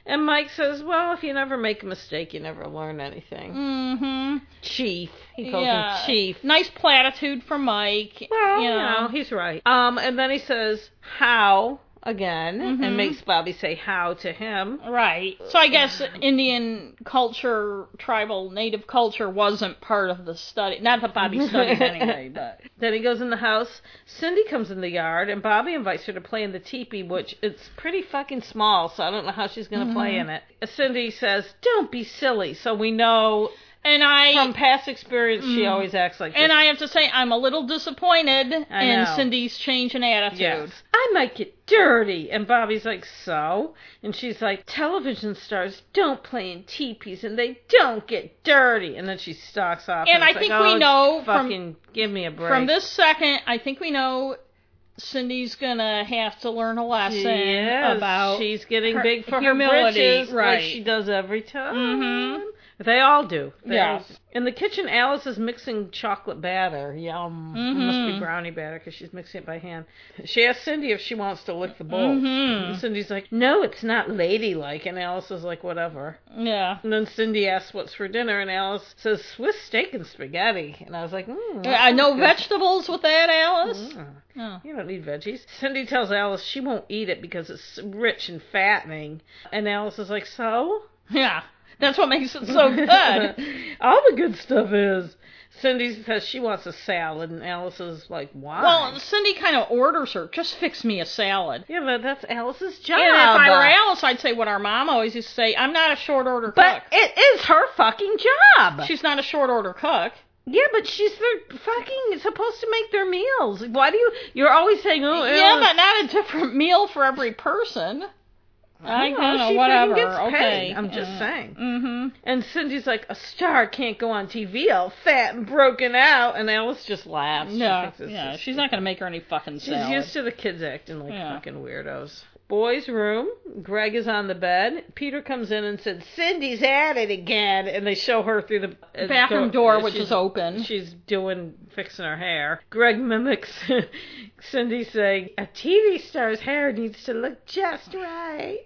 [SPEAKER 2] And Mike says, Well, if you never make a mistake, you never learn anything.
[SPEAKER 1] hmm
[SPEAKER 2] Chief. He calls
[SPEAKER 1] yeah.
[SPEAKER 2] him Chief.
[SPEAKER 1] Nice platitude for Mike.
[SPEAKER 2] Well,
[SPEAKER 1] you know.
[SPEAKER 2] he's right. Um, and then he says, How? Again,
[SPEAKER 1] Mm-hmm.
[SPEAKER 2] and makes Bobby say how to him.
[SPEAKER 1] Right. So I guess Indian culture, tribal native culture wasn't part of the study. Not that Bobby studied anyway, but
[SPEAKER 2] Then he goes in the house. Cindy comes in the yard, and Bobby invites her to play in the teepee, which it's pretty fucking small, so I don't know how she's going to play
[SPEAKER 1] Mm-hmm.
[SPEAKER 2] in it. Cindy says, "Don't be silly." So we know
[SPEAKER 1] and I
[SPEAKER 2] from past experience she always acts like
[SPEAKER 1] and
[SPEAKER 2] this.
[SPEAKER 1] I have to say I'm a little disappointed
[SPEAKER 2] I
[SPEAKER 1] in
[SPEAKER 2] know.
[SPEAKER 1] Cindy's change in attitude.
[SPEAKER 2] Yes. I might get dirty. And Bobby's like, so? And she's like, television stars don't play in teepees and they don't get dirty. And then she stalks off.
[SPEAKER 1] And I
[SPEAKER 2] it's like,
[SPEAKER 1] think we
[SPEAKER 2] "Oh,
[SPEAKER 1] know from-
[SPEAKER 2] fucking give me a break.
[SPEAKER 1] From this second, I think we know Cindy's gonna have to learn a lesson
[SPEAKER 2] She is.
[SPEAKER 1] about
[SPEAKER 2] she's getting
[SPEAKER 1] her
[SPEAKER 2] big for her
[SPEAKER 1] humility,
[SPEAKER 2] britches,
[SPEAKER 1] right.
[SPEAKER 2] Like she does every time.
[SPEAKER 1] Mhm.
[SPEAKER 2] They all do. They
[SPEAKER 1] Yeah.
[SPEAKER 2] all do. In the kitchen, Alice is mixing chocolate batter. Yum. It
[SPEAKER 1] Mm-hmm.
[SPEAKER 2] must be brownie batter because she's mixing it by hand. She asks Cindy if she wants to lick the bowl.
[SPEAKER 1] Mm-hmm.
[SPEAKER 2] And Cindy's like, "No, it's not ladylike." And Alice is like, "Whatever."
[SPEAKER 1] yeah.
[SPEAKER 2] And then Cindy asks, "What's for dinner?" And Alice says, "Swiss steak and spaghetti." And I was like, mm,
[SPEAKER 1] Uh, no vegetables with that, Alice. Oh.
[SPEAKER 2] you don't need veggies. Cindy tells Alice she won't eat it because it's rich and fattening. And Alice is like, so?
[SPEAKER 1] Yeah, that's what makes it so Oh, good.
[SPEAKER 2] All the good stuff is. Cindy says she wants a salad, and Alice is like, why?
[SPEAKER 1] well, Cindy kind of orders her, just fix me a salad.
[SPEAKER 2] yeah, but that's Alice's job.
[SPEAKER 1] And if I were Alice, I'd say what our mom always used to say: "I'm not a short order cook."
[SPEAKER 2] but it is her fucking job.
[SPEAKER 1] She's not a short order cook.
[SPEAKER 2] yeah, but she's their fucking supposed to make their meals. Why do you? You're always saying, oh,
[SPEAKER 1] Yeah,
[SPEAKER 2] Alice.
[SPEAKER 1] but not a different meal for every person. I
[SPEAKER 2] Oh,
[SPEAKER 1] don't know,
[SPEAKER 2] she
[SPEAKER 1] whatever.
[SPEAKER 2] fucking gets
[SPEAKER 1] okay.
[SPEAKER 2] paid. I'm just saying.
[SPEAKER 1] Mm-hmm.
[SPEAKER 2] And Cindy's like, a star can't go on TV all fat and broken out. And Alice just laughs. She
[SPEAKER 1] No,
[SPEAKER 2] thinks it's
[SPEAKER 1] yeah,
[SPEAKER 2] just-
[SPEAKER 1] she's not gonna make her any fucking
[SPEAKER 2] She's
[SPEAKER 1] salad.
[SPEAKER 2] used to the kids acting like
[SPEAKER 1] Yeah.
[SPEAKER 2] fucking weirdos. Boys' room. Greg is on the bed. Peter comes in and says, Cindy's at it again. And they show her through the uh,
[SPEAKER 1] bathroom door, which
[SPEAKER 2] she's-
[SPEAKER 1] is open.
[SPEAKER 2] She's doing fixing her hair. Greg mimics Cindy saying, "A TV star's hair needs to look just right."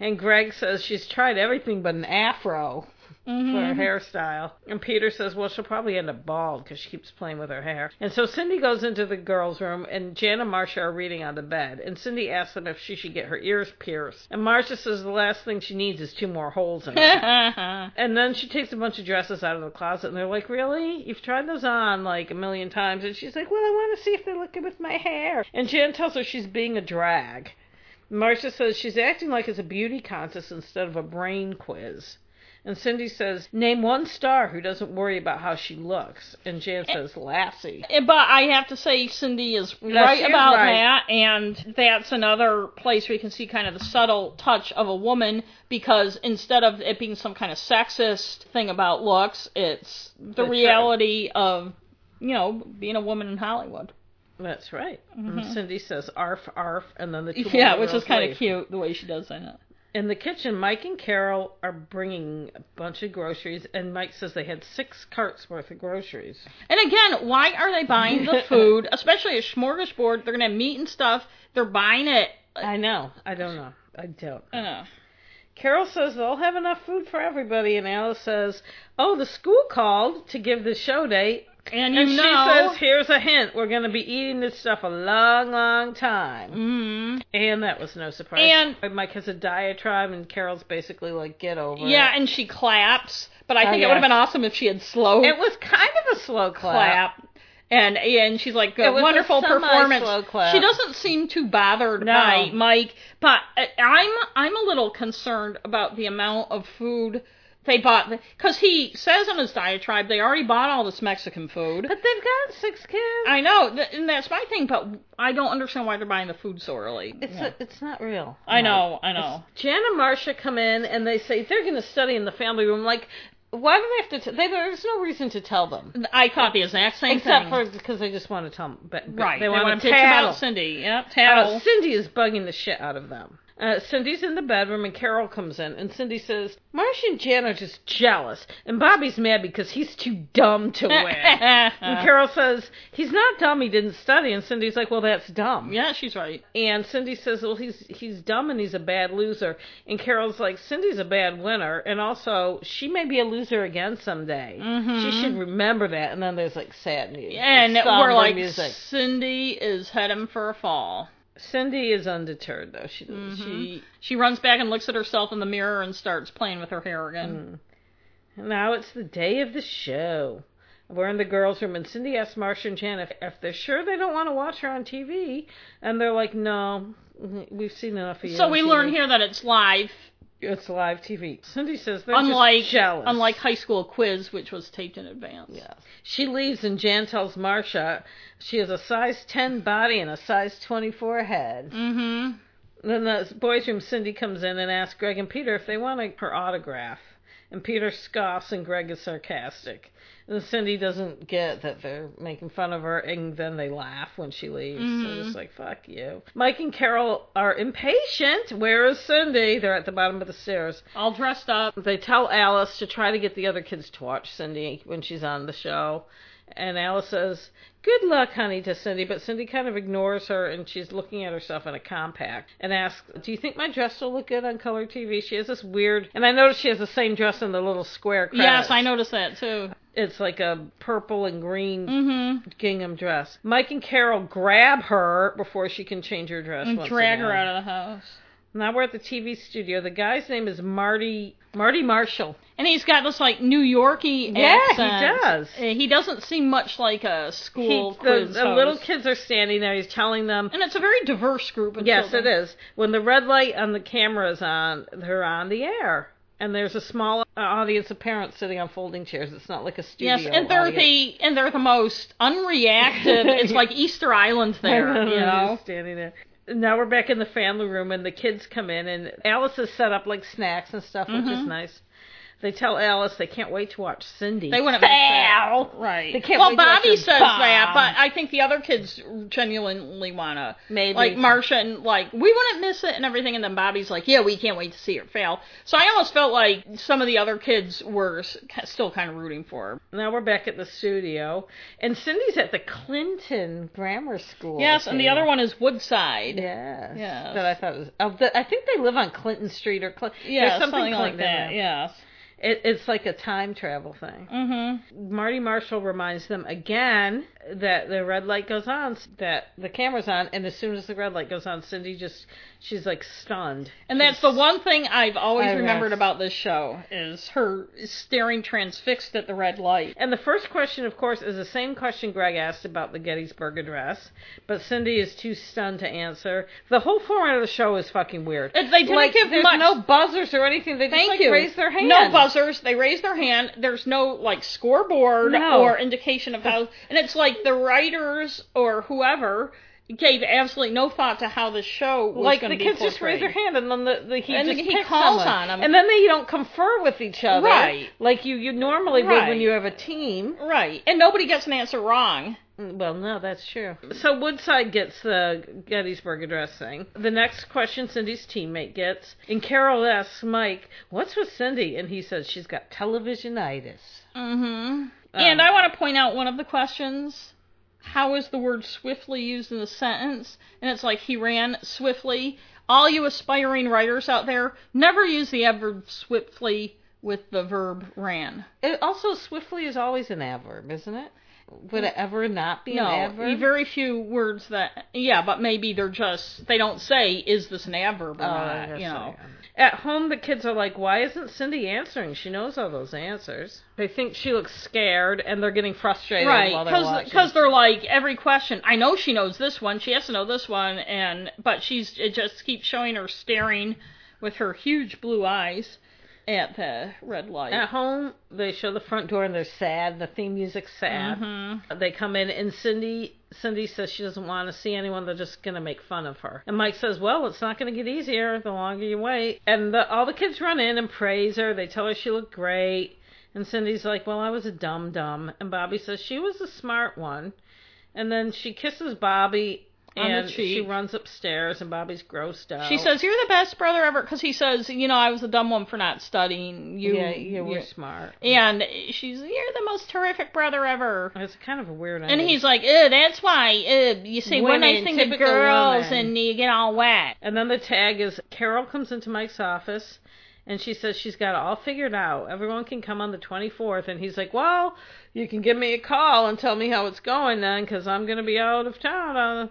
[SPEAKER 2] And Greg says she's tried everything but an afro for her
[SPEAKER 1] Mhm.
[SPEAKER 2] hairstyle. And Peter says, "Well, she'll probably end up bald because she keeps playing with her hair." And so Cindy goes into the girls' room, and Jan and Marcia are reading on the bed. And Cindy asks them if she should get her ears pierced. And Marcia says the last thing she needs is two more holes in it. And then she takes a bunch of dresses out of the closet, and they're like, "Really? You've tried those on like a million times?" And she's like, "Well, I want to see if they look good with my hair." And Jan tells her she's being a drag. Marcia says she's acting like it's a beauty contest instead of a brain quiz. And Cindy says, "Name one star who doesn't worry about how she looks." And Jan says, "Lassie."
[SPEAKER 1] Eh, But I have to say, Cindy is right
[SPEAKER 2] she is
[SPEAKER 1] about
[SPEAKER 2] right.
[SPEAKER 1] that, and that's another place where you can see kind of the subtle touch of a woman because instead of it being some kind of sexist thing about looks, it's the
[SPEAKER 2] That's right.
[SPEAKER 1] reality of you know being a woman in Hollywood.
[SPEAKER 2] That's right. And Cindy says, "Arf, arf," and then the two
[SPEAKER 1] Mm-hmm. Yeah,
[SPEAKER 2] older
[SPEAKER 1] which is
[SPEAKER 2] girls
[SPEAKER 1] kind
[SPEAKER 2] leave.
[SPEAKER 1] of cute the way she does that.
[SPEAKER 2] In the kitchen, Mike and Carol are bringing a bunch of groceries, and Mike says they had six carts worth of groceries.
[SPEAKER 1] And again, why are they buying the food, especially a smorgasbord? They're gonna have meat and stuff. They're buying it.
[SPEAKER 2] I know. I don't know. I don't. know.
[SPEAKER 1] Uh,
[SPEAKER 2] Carol says they'll have enough food for everybody, and Alice says, "Oh, the school called to give the show date."
[SPEAKER 1] and you
[SPEAKER 2] And she
[SPEAKER 1] know,
[SPEAKER 2] says, "Here's a hint: we're going to be eating this stuff a long, long time."
[SPEAKER 1] mm,
[SPEAKER 2] And that was no surprise.
[SPEAKER 1] And-
[SPEAKER 2] Mike has a diatribe, and Carol's basically like, "Get over
[SPEAKER 1] yeah,
[SPEAKER 2] it."
[SPEAKER 1] and she claps. But I
[SPEAKER 2] Oh,
[SPEAKER 1] think
[SPEAKER 2] yeah.
[SPEAKER 1] it would have been awesome if she had slow
[SPEAKER 2] it was kind of a slow clap.
[SPEAKER 1] clap. And and she's like,
[SPEAKER 2] It was a
[SPEAKER 1] wonderful performance.
[SPEAKER 2] semi-slow clap.
[SPEAKER 1] She doesn't seem too bothered
[SPEAKER 2] No.
[SPEAKER 1] by Mike, but uh, I'm I'm a little concerned about the amount of food they bought because he says in his diatribe they already bought all this Mexican food.
[SPEAKER 2] But they've got six kids.
[SPEAKER 1] I know, th- and that's my thing, but I don't understand why they're buying the food so early.
[SPEAKER 2] It's
[SPEAKER 1] Yeah.
[SPEAKER 2] it's not real.
[SPEAKER 1] I know, I know.
[SPEAKER 2] Jan and Marcia come in and they say they're going to study in the family room. Like, why do they have to? T- they, there's no reason to tell them
[SPEAKER 1] I thought the exact same
[SPEAKER 2] except
[SPEAKER 1] thing.
[SPEAKER 2] for because they just want to tell them. But, but
[SPEAKER 1] right,
[SPEAKER 2] they, want to
[SPEAKER 1] bitch
[SPEAKER 2] tattle.
[SPEAKER 1] about Cindy. Yep,
[SPEAKER 2] Uh,
[SPEAKER 1] tattle.
[SPEAKER 2] Cindy is bugging the shit out of them. Uh, Cindy's in the bedroom and Carol comes in and Cindy says Marcia and Jan are just jealous and Bobby's mad because he's too dumb to win. and Carol says he's not dumb. He didn't study. And Cindy's like, well, that's dumb.
[SPEAKER 1] yeah, she's right.
[SPEAKER 2] And Cindy says, "Well, he's he's dumb and he's a bad loser." And Carol's like, "Cindy's a bad winner, and also she may be a loser again someday. She should remember that." And then there's like sad music
[SPEAKER 1] Mm-hmm. And
[SPEAKER 2] somber
[SPEAKER 1] we're like,
[SPEAKER 2] music.
[SPEAKER 1] Cindy is heading for a fall.
[SPEAKER 2] Cindy is undeterred though. She
[SPEAKER 1] Mm-hmm.
[SPEAKER 2] she
[SPEAKER 1] She runs back and looks at herself in the mirror and starts playing with her hair again.
[SPEAKER 2] now it's the day of the show. We're in the girls' room, and Cindy asks Marcia and Jan if, if they're sure they don't want to watch her on TV, and they're like, "No, we've seen enough of you."
[SPEAKER 1] So
[SPEAKER 2] on
[SPEAKER 1] we
[SPEAKER 2] TV.
[SPEAKER 1] learn here that it's live,
[SPEAKER 2] it's live TV. Cindy says they're
[SPEAKER 1] unlike
[SPEAKER 2] just jealous.
[SPEAKER 1] unlike high school quiz, which was taped in advance.
[SPEAKER 2] Yes. She leaves and Jan tells Marcia she has a size 10 body and a size 24 head.
[SPEAKER 1] hmm
[SPEAKER 2] Then the boys' room, Cindy comes in and asks Greg and Peter if they want a, her autograph. And Peter scoffs and Greg is sarcastic. And Cindy doesn't get that they're making fun of her, and then they laugh when she leaves. They're just like, fuck you. Mike and Carol are impatient. Where is Cindy? They're at the bottom of the stairs.
[SPEAKER 1] All dressed up.
[SPEAKER 2] They tell Alice to try to get the other kids to watch Cindy when she's on the show. And Alice says, Good luck, honey, to Cindy. But Cindy kind of ignores her and she's looking at herself in a compact and asks, Do you think my dress will look good on color TV? She has this weird, and I noticed she has the same dress in the little square credits.
[SPEAKER 1] Yes, I noticed that too.
[SPEAKER 2] It's like a purple and green
[SPEAKER 1] hmm
[SPEAKER 2] gingham dress. Mike and Carol grab her before she can change her dress.
[SPEAKER 1] And
[SPEAKER 2] once
[SPEAKER 1] drag her
[SPEAKER 2] again.
[SPEAKER 1] out of the house.
[SPEAKER 2] Now we're at the TV studio. The guy's name is Marty Marty Marshall.
[SPEAKER 1] And he's got this like New Yorkie
[SPEAKER 2] Yeah, he
[SPEAKER 1] accent.
[SPEAKER 2] does.
[SPEAKER 1] Uh, He doesn't seem much like a school
[SPEAKER 2] He- the,
[SPEAKER 1] quiz
[SPEAKER 2] the
[SPEAKER 1] host.
[SPEAKER 2] little kids are standing there. He's telling them,
[SPEAKER 1] And it's a very diverse group. Of
[SPEAKER 2] "Yes, it
[SPEAKER 1] children.
[SPEAKER 2] is." When the red light on the camera is on, they're on the air, and there's a small uh, audience of parents sitting on folding chairs. It's not like a studio.
[SPEAKER 1] Yes, and they're
[SPEAKER 2] audience.
[SPEAKER 1] the and they're the most unreactive. it's like Easter Island there, you know.
[SPEAKER 2] standing there. now we're back in the family room and the kids come in and Alice is set up like snacks and stuff, which
[SPEAKER 1] Mm-hmm.
[SPEAKER 2] is nice. They tell Alice they can't wait to watch Cindy.
[SPEAKER 1] They wouldn't make
[SPEAKER 2] Fail.
[SPEAKER 1] that. Right.
[SPEAKER 2] They can't
[SPEAKER 1] well,
[SPEAKER 2] wait to watch
[SPEAKER 1] Bobby
[SPEAKER 2] your
[SPEAKER 1] says
[SPEAKER 2] bomb.
[SPEAKER 1] that, but I think the other kids genuinely want to.
[SPEAKER 2] Maybe.
[SPEAKER 1] Like Marcia and like we wouldn't miss it and everything, and then Bobby's like, yeah, we can't wait to see her fail. So I almost felt like some of the other kids were s- still kind of rooting for her.
[SPEAKER 2] Now we're back at the studio, and Cindy's at the Clinton Grammar School.
[SPEAKER 1] Yes, and the other one is Woodside.
[SPEAKER 2] Yes.
[SPEAKER 1] Yes.
[SPEAKER 2] That I thought was. Of the, I think they live on Clinton Street or Clinton.
[SPEAKER 1] Yeah,
[SPEAKER 2] something,
[SPEAKER 1] something, like
[SPEAKER 2] Clinton in
[SPEAKER 1] that.
[SPEAKER 2] there.
[SPEAKER 1] Yes.
[SPEAKER 2] It, it's like a time travel thing.
[SPEAKER 1] Mhm.
[SPEAKER 2] Marty Marshall reminds them again that the red light goes on, that the camera's on, and as soon as the red light goes on, Cindy just she's like stunned.
[SPEAKER 1] And that's the one thing I've always
[SPEAKER 2] I
[SPEAKER 1] remembered
[SPEAKER 2] guess.
[SPEAKER 1] about this show is her staring transfixed at the red light.
[SPEAKER 2] And the first question, of course, is the same question Greg asked about the Gettysburg Address, but Cindy is too stunned to answer. The whole format of the show is fucking weird.
[SPEAKER 1] And They didn't
[SPEAKER 2] like,
[SPEAKER 1] give
[SPEAKER 2] there's
[SPEAKER 1] much
[SPEAKER 2] no buzzers or anything. They just
[SPEAKER 1] Thank
[SPEAKER 2] like
[SPEAKER 1] you.
[SPEAKER 2] raise their hand.
[SPEAKER 1] No buzzers. They raise their hand. There's no like scoreboard
[SPEAKER 2] No.
[SPEAKER 1] or indication of how. And it's like the writers or whoever gave absolutely no thought to how the show was
[SPEAKER 2] Like
[SPEAKER 1] going
[SPEAKER 2] the
[SPEAKER 1] to be
[SPEAKER 2] kids just raise
[SPEAKER 1] portrayed.
[SPEAKER 2] their hand, and then the, the he
[SPEAKER 1] And
[SPEAKER 2] just
[SPEAKER 1] he
[SPEAKER 2] picks
[SPEAKER 1] calls
[SPEAKER 2] someone.
[SPEAKER 1] on 'em.
[SPEAKER 2] and then they don't confer with each other,
[SPEAKER 1] Right.
[SPEAKER 2] Like you, you normally would
[SPEAKER 1] Right.
[SPEAKER 2] when you have a team.
[SPEAKER 1] Right, and nobody gets an answer wrong.
[SPEAKER 2] Mm, Well, no, that's true. So Woodside gets the Gettysburg Address thing. The next question Cindy's teammate gets, and Carol asks Mike, "What's with Cindy?" And he says she's got televisionitis.
[SPEAKER 1] Mm-hmm. and I want to point out one of the questions. How is the word swiftly used in the sentence? And it's like he ran swiftly. All you aspiring writers out there, never use the adverb swiftly with the verb ran.
[SPEAKER 2] It also, swiftly is always an adverb, isn't it? Would it ever not be
[SPEAKER 1] no,
[SPEAKER 2] an adverb?
[SPEAKER 1] very few words that. Yeah, but maybe they're just they don't say is this an adverb or
[SPEAKER 2] Oh, I
[SPEAKER 1] not.
[SPEAKER 2] guess
[SPEAKER 1] You
[SPEAKER 2] so,
[SPEAKER 1] know.
[SPEAKER 2] yeah. At home, the kids are like, "Why isn't Cindy answering? She knows all those answers." They think she looks scared, and they're getting frustrated while
[SPEAKER 1] Right,
[SPEAKER 2] they're watching.
[SPEAKER 1] because they're like every question. I know she knows this one. She has to know this one, and but she's it just keeps showing her staring with her huge blue eyes at the red light.
[SPEAKER 2] At home, they show the front door and they're sad. The theme music's sad.
[SPEAKER 1] Mm-hmm.
[SPEAKER 2] They come in and Cindy Cindy says she doesn't want to see anyone. They're just gonna make fun of her. And Mike says, "Well, it's not gonna get easier the longer you wait." And the, all the kids run in and praise her. They tell her she looked great. And Cindy's like, "Well, I was a dumb dumb." And Bobby says she was a smart one. And then she kisses Bobby.
[SPEAKER 1] On the
[SPEAKER 2] And she
[SPEAKER 1] cheek.
[SPEAKER 2] runs upstairs, and Bobby's grossed out.
[SPEAKER 1] She says, "You're the best brother ever," because he says, "You know, I was a dumb one for not studying. You,
[SPEAKER 2] "Yeah, yeah, we're
[SPEAKER 1] you-
[SPEAKER 2] smart."
[SPEAKER 1] And she's, "You're the most terrific brother ever."
[SPEAKER 2] It's kind of a weird.
[SPEAKER 1] And
[SPEAKER 2] ending.
[SPEAKER 1] he's like, "Ew, that's why. Ew, you say one nice
[SPEAKER 2] Women,
[SPEAKER 1] thing to
[SPEAKER 2] typical
[SPEAKER 1] girls,
[SPEAKER 2] woman.
[SPEAKER 1] and you get all wet."
[SPEAKER 2] And then the tag is Carol comes into Mike's office and she says she's got it all figured out. Everyone can come on the 24th. And he's like, Well, you can give me a call and tell me how it's going then, 'cause I'm going to be out of town on,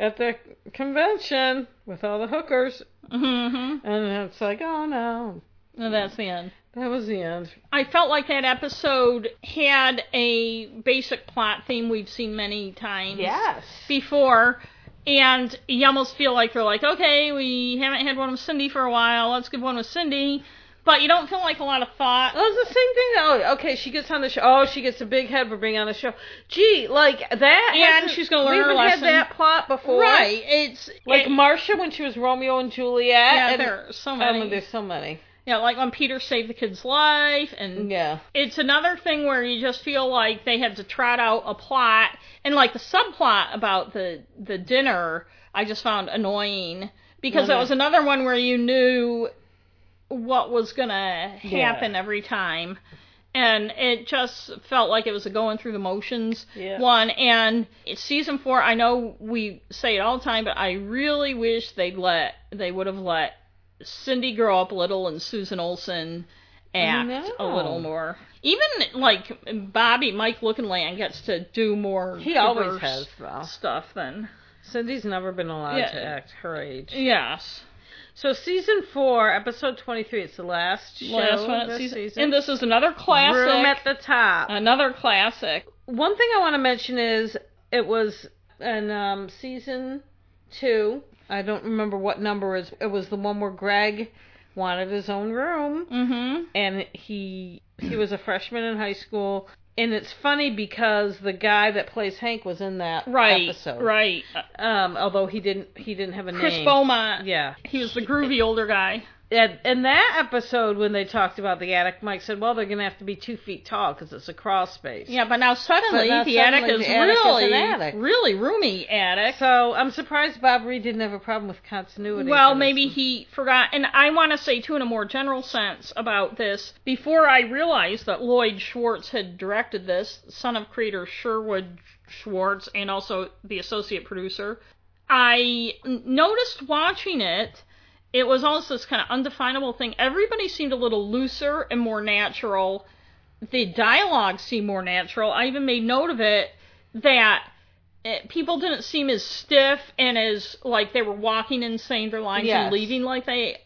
[SPEAKER 2] at the convention with all the hookers.
[SPEAKER 1] hmm
[SPEAKER 2] And it's like, Oh no.
[SPEAKER 1] And that's the end.
[SPEAKER 2] That was the end.
[SPEAKER 1] I felt like that episode had a basic plot theme we've seen many times before. And you almost feel like they're like, okay, we haven't had one with Cindy for a while. Let's give one with Cindy. But you don't feel like a lot of thought.
[SPEAKER 2] Well, it's the same thing. Oh, okay. She gets on the show. Oh, she gets a big head for being on the show. Gee, like that.
[SPEAKER 1] And
[SPEAKER 2] hasn't-
[SPEAKER 1] she's gonna learn
[SPEAKER 2] we
[SPEAKER 1] her
[SPEAKER 2] haven't
[SPEAKER 1] lesson.
[SPEAKER 2] had that plot before,
[SPEAKER 1] Right. It's
[SPEAKER 2] Like
[SPEAKER 1] it-
[SPEAKER 2] Marcia when she was Romeo and Juliet.
[SPEAKER 1] yeah,
[SPEAKER 2] and-
[SPEAKER 1] there are so
[SPEAKER 2] I mean,
[SPEAKER 1] many.
[SPEAKER 2] there's so many.
[SPEAKER 1] Yeah, like when Peter saved the kid's life, and
[SPEAKER 2] Yeah.
[SPEAKER 1] it's another thing where you just feel like they had to trot out a plot and like the subplot about the the dinner i just found annoying because that was another one where you knew what was gonna happen every time and it just felt like it was a going through the motions
[SPEAKER 2] Yeah.
[SPEAKER 1] one and it's season four i know we say it all the time but i really wish they'd let they would have let cindy grow up a little and susan olson act a
[SPEAKER 2] know.
[SPEAKER 1] little more even like bobby mike lookinland gets to do more
[SPEAKER 2] He always
[SPEAKER 1] diverse
[SPEAKER 2] has, though.
[SPEAKER 1] stuff then
[SPEAKER 2] Cindy's never been allowed
[SPEAKER 1] Yeah.
[SPEAKER 2] to act her age.
[SPEAKER 1] yes
[SPEAKER 2] So season four, episode twenty-three. It's the last show
[SPEAKER 1] last one
[SPEAKER 2] of this
[SPEAKER 1] season.
[SPEAKER 2] season.
[SPEAKER 1] and this is another classic
[SPEAKER 2] room at the top.
[SPEAKER 1] another classic
[SPEAKER 2] One thing I want to mention is it was in um, season two. I don't remember what number is. It was the one where Greg wanted his own room,
[SPEAKER 1] mm-hmm
[SPEAKER 2] and he he was a freshman in high school. and it's funny because the guy that plays Hank was in that
[SPEAKER 1] Right.
[SPEAKER 2] episode.
[SPEAKER 1] Right. Uh,
[SPEAKER 2] Um, although he didn't he didn't have a
[SPEAKER 1] Chris
[SPEAKER 2] name.
[SPEAKER 1] Beaumont.
[SPEAKER 2] Yeah.
[SPEAKER 1] He was the groovy older guy.
[SPEAKER 2] And in that episode when they talked about the attic, Mike said, "Well, they're going to have to be two feet tall because it's a crawl space."
[SPEAKER 1] Yeah, but now suddenly
[SPEAKER 2] now
[SPEAKER 1] the
[SPEAKER 2] suddenly
[SPEAKER 1] attic is
[SPEAKER 2] the attic is an
[SPEAKER 1] really,
[SPEAKER 2] attic.
[SPEAKER 1] really roomy attic.
[SPEAKER 2] So I'm surprised Bob Reed didn't have a problem with continuity.
[SPEAKER 1] Well,
[SPEAKER 2] for this.
[SPEAKER 1] maybe he forgot. And I want to say, too, in a more general sense about this, before I realized that Lloyd Schwartz had directed this, son of creator Sherwood Schwartz, and also the associate producer, I n- noticed watching it, it was almost this kind of undefinable thing. Everybody seemed a little looser and more natural. The dialogue seemed more natural. I even made note of it that it, people didn't seem as stiff and as like they were walking and saying their lines
[SPEAKER 2] Yes.
[SPEAKER 1] and leaving like they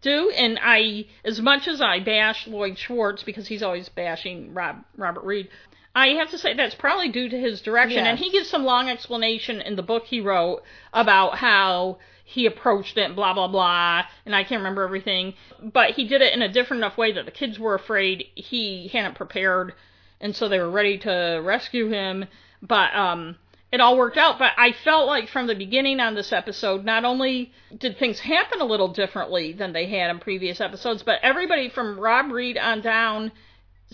[SPEAKER 1] do. And I, as much as I bash Lloyd Schwartz because he's always bashing Rob Robert Reed, I have to say that's probably due to his direction. And
[SPEAKER 2] Yes.
[SPEAKER 1] he gives some long explanation in the book he wrote about how he approached it and blah blah blah and I can't remember everything. But he did it in a different enough way that the kids were afraid he hadn't prepared and so they were ready to rescue him. But um it all worked out. But I felt like from the beginning on this episode, not only did things happen a little differently than they had in previous episodes, but everybody from Rob Reed on down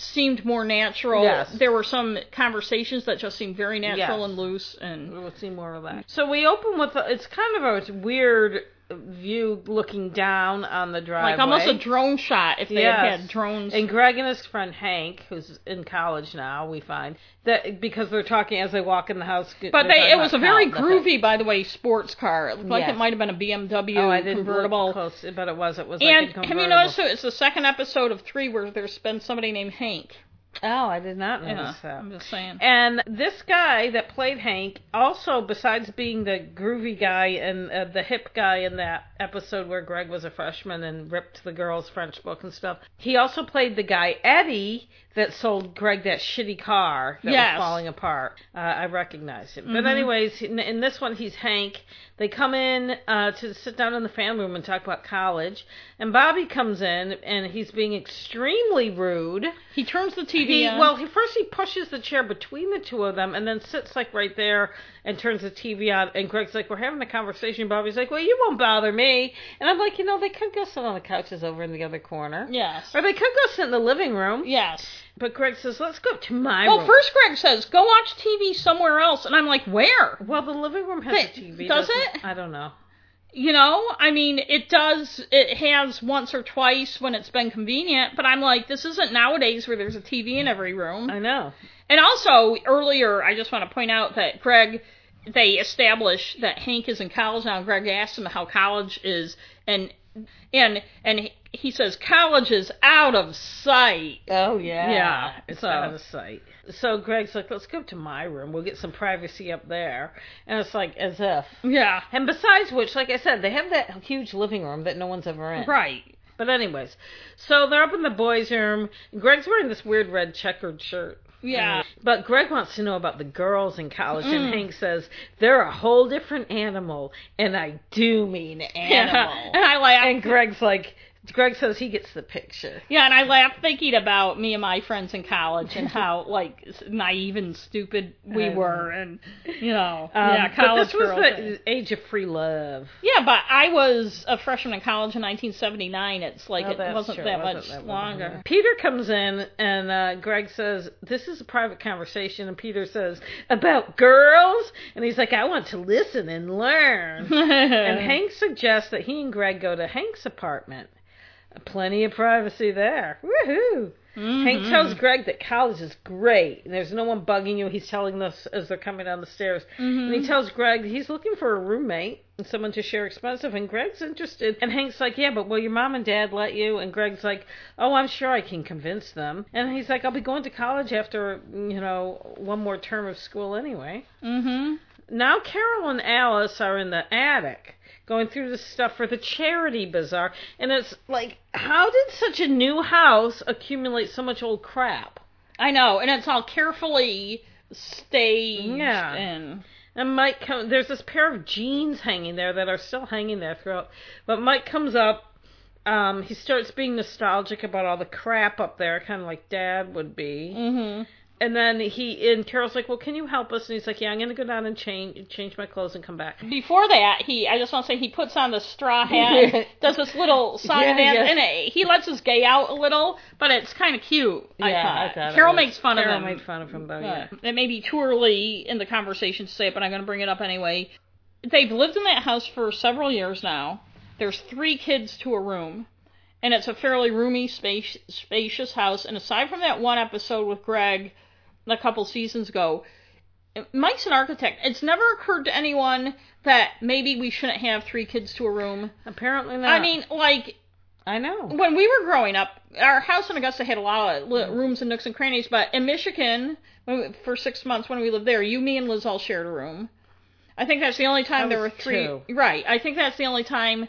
[SPEAKER 1] seemed more natural.
[SPEAKER 2] Yes.
[SPEAKER 1] There were some conversations that just seemed very natural
[SPEAKER 2] Yes.
[SPEAKER 1] and loose and
[SPEAKER 2] we'll see more of that. So we open with a, it's kind of a weird view looking down on the driveway,
[SPEAKER 1] like almost a drone shot if they had
[SPEAKER 2] Yes.
[SPEAKER 1] had drones.
[SPEAKER 2] And Greg and his friend Hank, who's in college now, we find that because they're talking as they walk in the house.
[SPEAKER 1] but they, it was a very groovy, by the way, sports car. It looked like
[SPEAKER 2] Yes.
[SPEAKER 1] it might have been a BMW
[SPEAKER 2] Oh, I didn't
[SPEAKER 1] convertible.
[SPEAKER 2] look close, but it was. It was
[SPEAKER 1] and
[SPEAKER 2] like a
[SPEAKER 1] have you
[SPEAKER 2] convertible.
[SPEAKER 1] noticed too, it's the second episode of three where there's been somebody named Hank.
[SPEAKER 2] Oh, I did not notice that.
[SPEAKER 1] I'm just saying.
[SPEAKER 2] And this guy that played Hank, also besides being the groovy guy and uh, the hip guy in that episode where Greg was a freshman and ripped the girl's French book and stuff, he also played the guy Eddie that sold Greg that shitty car that
[SPEAKER 1] Yes.
[SPEAKER 2] was falling apart. Uh, I recognized him. But anyways, in, in this one he's Hank. They come in uh, to sit down in the fan room and talk about college, and Bobby comes in and he's being extremely rude.
[SPEAKER 1] He turns the TV
[SPEAKER 2] He,
[SPEAKER 1] on.
[SPEAKER 2] well, he first he pushes the chair between the two of them, and then sits like right there and turns the TV on. And Greg's like, "We're having a conversation." Bobby's like, "Well, you won't bother me." And I'm like, "You know, they could go sit on the couches over in the other corner,
[SPEAKER 1] yes.
[SPEAKER 2] or they could go sit in the living room."
[SPEAKER 1] Yes.
[SPEAKER 2] But Greg says, "Let's go up to my
[SPEAKER 1] Well,
[SPEAKER 2] room."
[SPEAKER 1] first Greg says, go watch TV somewhere else. And I'm like, where?
[SPEAKER 2] well, the living room has
[SPEAKER 1] But
[SPEAKER 2] a TV.
[SPEAKER 1] does
[SPEAKER 2] doesn't
[SPEAKER 1] it?
[SPEAKER 2] I don't know.
[SPEAKER 1] You know, I mean, it does, it has once or twice when it's been convenient, but I'm like, this isn't nowadays where there's a TV in every room.
[SPEAKER 2] I know.
[SPEAKER 1] And also, earlier, I just want to point out that Greg, they establish that Hank is in college now. Greg asks him how college is, and and and he- he says college is out of sight.
[SPEAKER 2] Oh yeah, yeah. It's
[SPEAKER 1] So-
[SPEAKER 2] out of sight. So Greg's like, "Let's go up to my room. We'll get some privacy up there." And it's like, as if.
[SPEAKER 1] Yeah,
[SPEAKER 2] And besides which, like I said, they have that huge living room that no one's ever in.
[SPEAKER 1] right.
[SPEAKER 2] But anyways, so they're up in the boys' room. Greg's wearing this weird red checkered shirt.
[SPEAKER 1] Yeah. Mm.
[SPEAKER 2] But Greg wants to know about the girls in college, and Hank says they're a whole different animal, and I do mean animal.
[SPEAKER 1] And I laugh.
[SPEAKER 2] and Greg's like, Greg says he gets the picture.
[SPEAKER 1] yeah, and I laugh thinking about me and my friends in college and how like naive and stupid we
[SPEAKER 2] I know.
[SPEAKER 1] were, and you know,
[SPEAKER 2] Um,
[SPEAKER 1] yeah, college
[SPEAKER 2] but this was
[SPEAKER 1] girl
[SPEAKER 2] the
[SPEAKER 1] thing.
[SPEAKER 2] age of free love.
[SPEAKER 1] Yeah, but I was a freshman in college in 1979. It's like
[SPEAKER 2] Oh,
[SPEAKER 1] it
[SPEAKER 2] that's
[SPEAKER 1] wasn't
[SPEAKER 2] true.
[SPEAKER 1] that
[SPEAKER 2] It wasn't
[SPEAKER 1] much
[SPEAKER 2] that long
[SPEAKER 1] longer.
[SPEAKER 2] Peter comes in and uh, Greg says, "This is a private conversation." And Peter says, "About girls," and he's like, "I want to listen and learn." and Hank suggests that he and Greg go to Hank's apartment. Plenty of privacy there. Woohoo! Hank tells Greg that college is great and there's no one bugging you. He's telling this as they're coming down the stairs. And he tells Greg that he's looking for a roommate and someone to share expensive. And Greg's interested. And Hank's like, Yeah, but will your mom and dad let you? And Greg's like, Oh, I'm sure I can convince them. And he's like, I'll be going to college after, you know, one more term of school anyway.
[SPEAKER 1] mm-hmm.
[SPEAKER 2] Now Carol and Alice are in the attic going through the stuff for the charity bazaar. And it's like, how did such a new house accumulate so much old crap?
[SPEAKER 1] I know, and it's all carefully staged.
[SPEAKER 2] Yeah.
[SPEAKER 1] And
[SPEAKER 2] And Mike, come, there's this pair of jeans hanging there that are still hanging there throughout. But Mike comes up. Um, he starts being nostalgic about all the crap up there, kind of like Dad would be.
[SPEAKER 1] hmm
[SPEAKER 2] And then he and Carol's like, "Well, can you help us?" And he's like, "Yeah, I'm going to go down and change change my clothes and come back."
[SPEAKER 1] Before that, he I just want to say he puts on the straw hat, and does this little song
[SPEAKER 2] Yeah,
[SPEAKER 1] dance,
[SPEAKER 2] yeah.
[SPEAKER 1] and it, he lets his gay out a little, but it's kind of cute.
[SPEAKER 2] Yeah,
[SPEAKER 1] I
[SPEAKER 2] I
[SPEAKER 1] thought.
[SPEAKER 2] thought it
[SPEAKER 1] Carol
[SPEAKER 2] was-
[SPEAKER 1] makes fun
[SPEAKER 2] Carol
[SPEAKER 1] of him.
[SPEAKER 2] made fun of him though. Yeah.
[SPEAKER 1] It may be too early in the conversation to say it, but I'm going to bring it up anyway. They've lived in that house for several years now. There's three kids to a room, and it's a fairly roomy, space, spacious house. And aside from that one episode with Greg a couple seasons ago, Mike's an architect. It's never occurred to anyone that maybe we shouldn't have three kids to a room.
[SPEAKER 2] Apparently not.
[SPEAKER 1] I mean, like,
[SPEAKER 2] I know.
[SPEAKER 1] when we were growing up, our house in Augusta had a lot of li- rooms and nooks and crannies. But in Michigan, when we, for six months when we lived there, you, me, and Liz all shared a room. I think that's the only time
[SPEAKER 2] That
[SPEAKER 1] there were
[SPEAKER 2] was
[SPEAKER 1] three.
[SPEAKER 2] two.
[SPEAKER 1] Right. I think that's the only time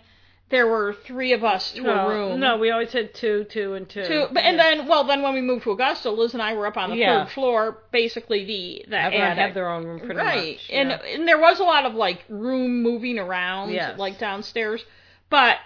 [SPEAKER 1] there were three of us to
[SPEAKER 2] No,
[SPEAKER 1] a room.
[SPEAKER 2] no, we always had two, two, and two.
[SPEAKER 1] Two, but, and then, well, then when we moved to Augusta, Liz and I were up on the
[SPEAKER 2] Yeah.
[SPEAKER 1] third floor, basically the the
[SPEAKER 2] everyone
[SPEAKER 1] attic.
[SPEAKER 2] had their own room, pretty
[SPEAKER 1] right.
[SPEAKER 2] much.
[SPEAKER 1] And
[SPEAKER 2] yeah.
[SPEAKER 1] and there was a lot of like room moving around,
[SPEAKER 2] Yes.
[SPEAKER 1] like downstairs. But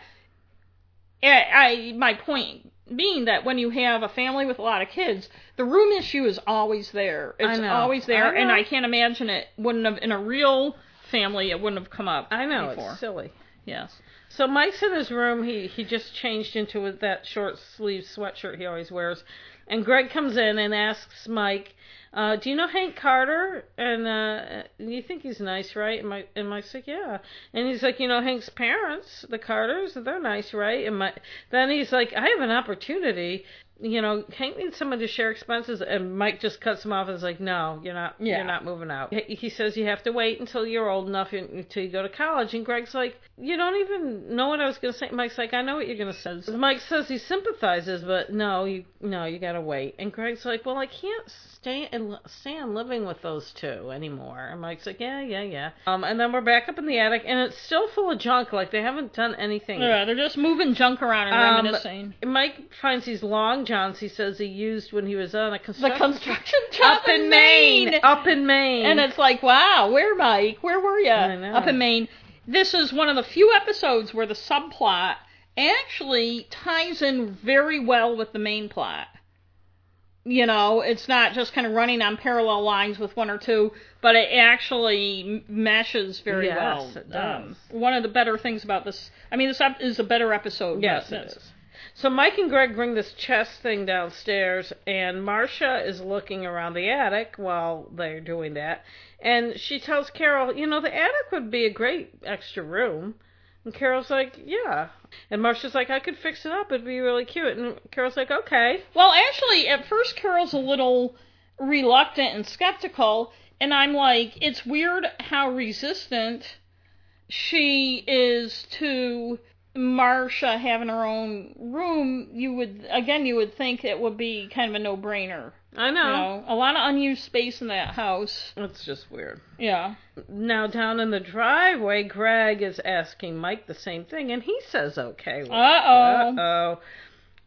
[SPEAKER 1] I, I my point being that when you have a family with a lot of kids, the room issue is always there. It's
[SPEAKER 2] know.
[SPEAKER 1] always there,
[SPEAKER 2] I know.
[SPEAKER 1] and I can't imagine it wouldn't have in a real family. It wouldn't have come up.
[SPEAKER 2] I know
[SPEAKER 1] Before.
[SPEAKER 2] it's silly.
[SPEAKER 1] Yes.
[SPEAKER 2] So Mike's in his room. He he just changed into that short sleeve sweatshirt he always wears, and Greg comes in and asks Mike, uh, "Do you know Hank Carter?" And uh, you think he's nice, right? And, Mike, and Mike's like, "Yeah." And he's like, "You know Hank's parents, the Carters, they're nice, right?" And Mike, then he's like, "I have an opportunity." You know, Hank needs someone to share expenses, and Mike just cuts him off and is like, "No, you're not.
[SPEAKER 1] Yeah.
[SPEAKER 2] You're not moving out." He he says you have to wait until you're old enough and- until you go to college. And Greg's like, "You don't even know what I was going to say." Mike's like, "I know what you're going to say." Mike says he sympathizes, but no, you no, you got to wait. And Greg's like, "Well, I can't stay and stand living with those two anymore." And Mike's like, "Yeah, yeah, yeah." Um, and then we're back up in the attic, and it's still full of junk. Like they haven't done anything.
[SPEAKER 1] Yeah, they're just moving junk around and
[SPEAKER 2] Um,
[SPEAKER 1] reminiscing.
[SPEAKER 2] Mike finds these long johns he says he used when he was on a
[SPEAKER 1] The
[SPEAKER 2] construction
[SPEAKER 1] construction job
[SPEAKER 2] up in Maine, up in Maine,
[SPEAKER 1] And it's like, wow, where Mike? Where were you?
[SPEAKER 2] I know.
[SPEAKER 1] Up in Maine. This is one of the few episodes where the subplot actually ties in very well with the main plot. You know, it's not just kind of running on parallel lines with one or two, but it actually m- meshes very
[SPEAKER 2] Yes,
[SPEAKER 1] well.
[SPEAKER 2] it
[SPEAKER 1] Um,
[SPEAKER 2] does.
[SPEAKER 1] one of the better things about this, I mean, this ep- is a better episode. but
[SPEAKER 2] Yes, it
[SPEAKER 1] this-
[SPEAKER 2] is. So Mike and Greg bring this chess thing downstairs, and Marcia is looking around the attic while they're doing that. And she tells Carol, you know, the attic would be a great extra room. And Carol's like, yeah. And Marcia's like, I could fix it up. It'd be really cute. And Carol's like, okay.
[SPEAKER 1] Well, actually, at first Carol's a little reluctant and skeptical, and I'm like, it's weird how resistant she is to Marcia having her own room. You would again, you would think it would be kind of a no-brainer.
[SPEAKER 2] I
[SPEAKER 1] You
[SPEAKER 2] know.
[SPEAKER 1] know, a lot of unused space in that house.
[SPEAKER 2] It's just weird.
[SPEAKER 1] Yeah.
[SPEAKER 2] Now, down in the driveway, Greg is asking Mike the same thing, and he says, okay.
[SPEAKER 1] Uh oh.
[SPEAKER 2] Uh oh.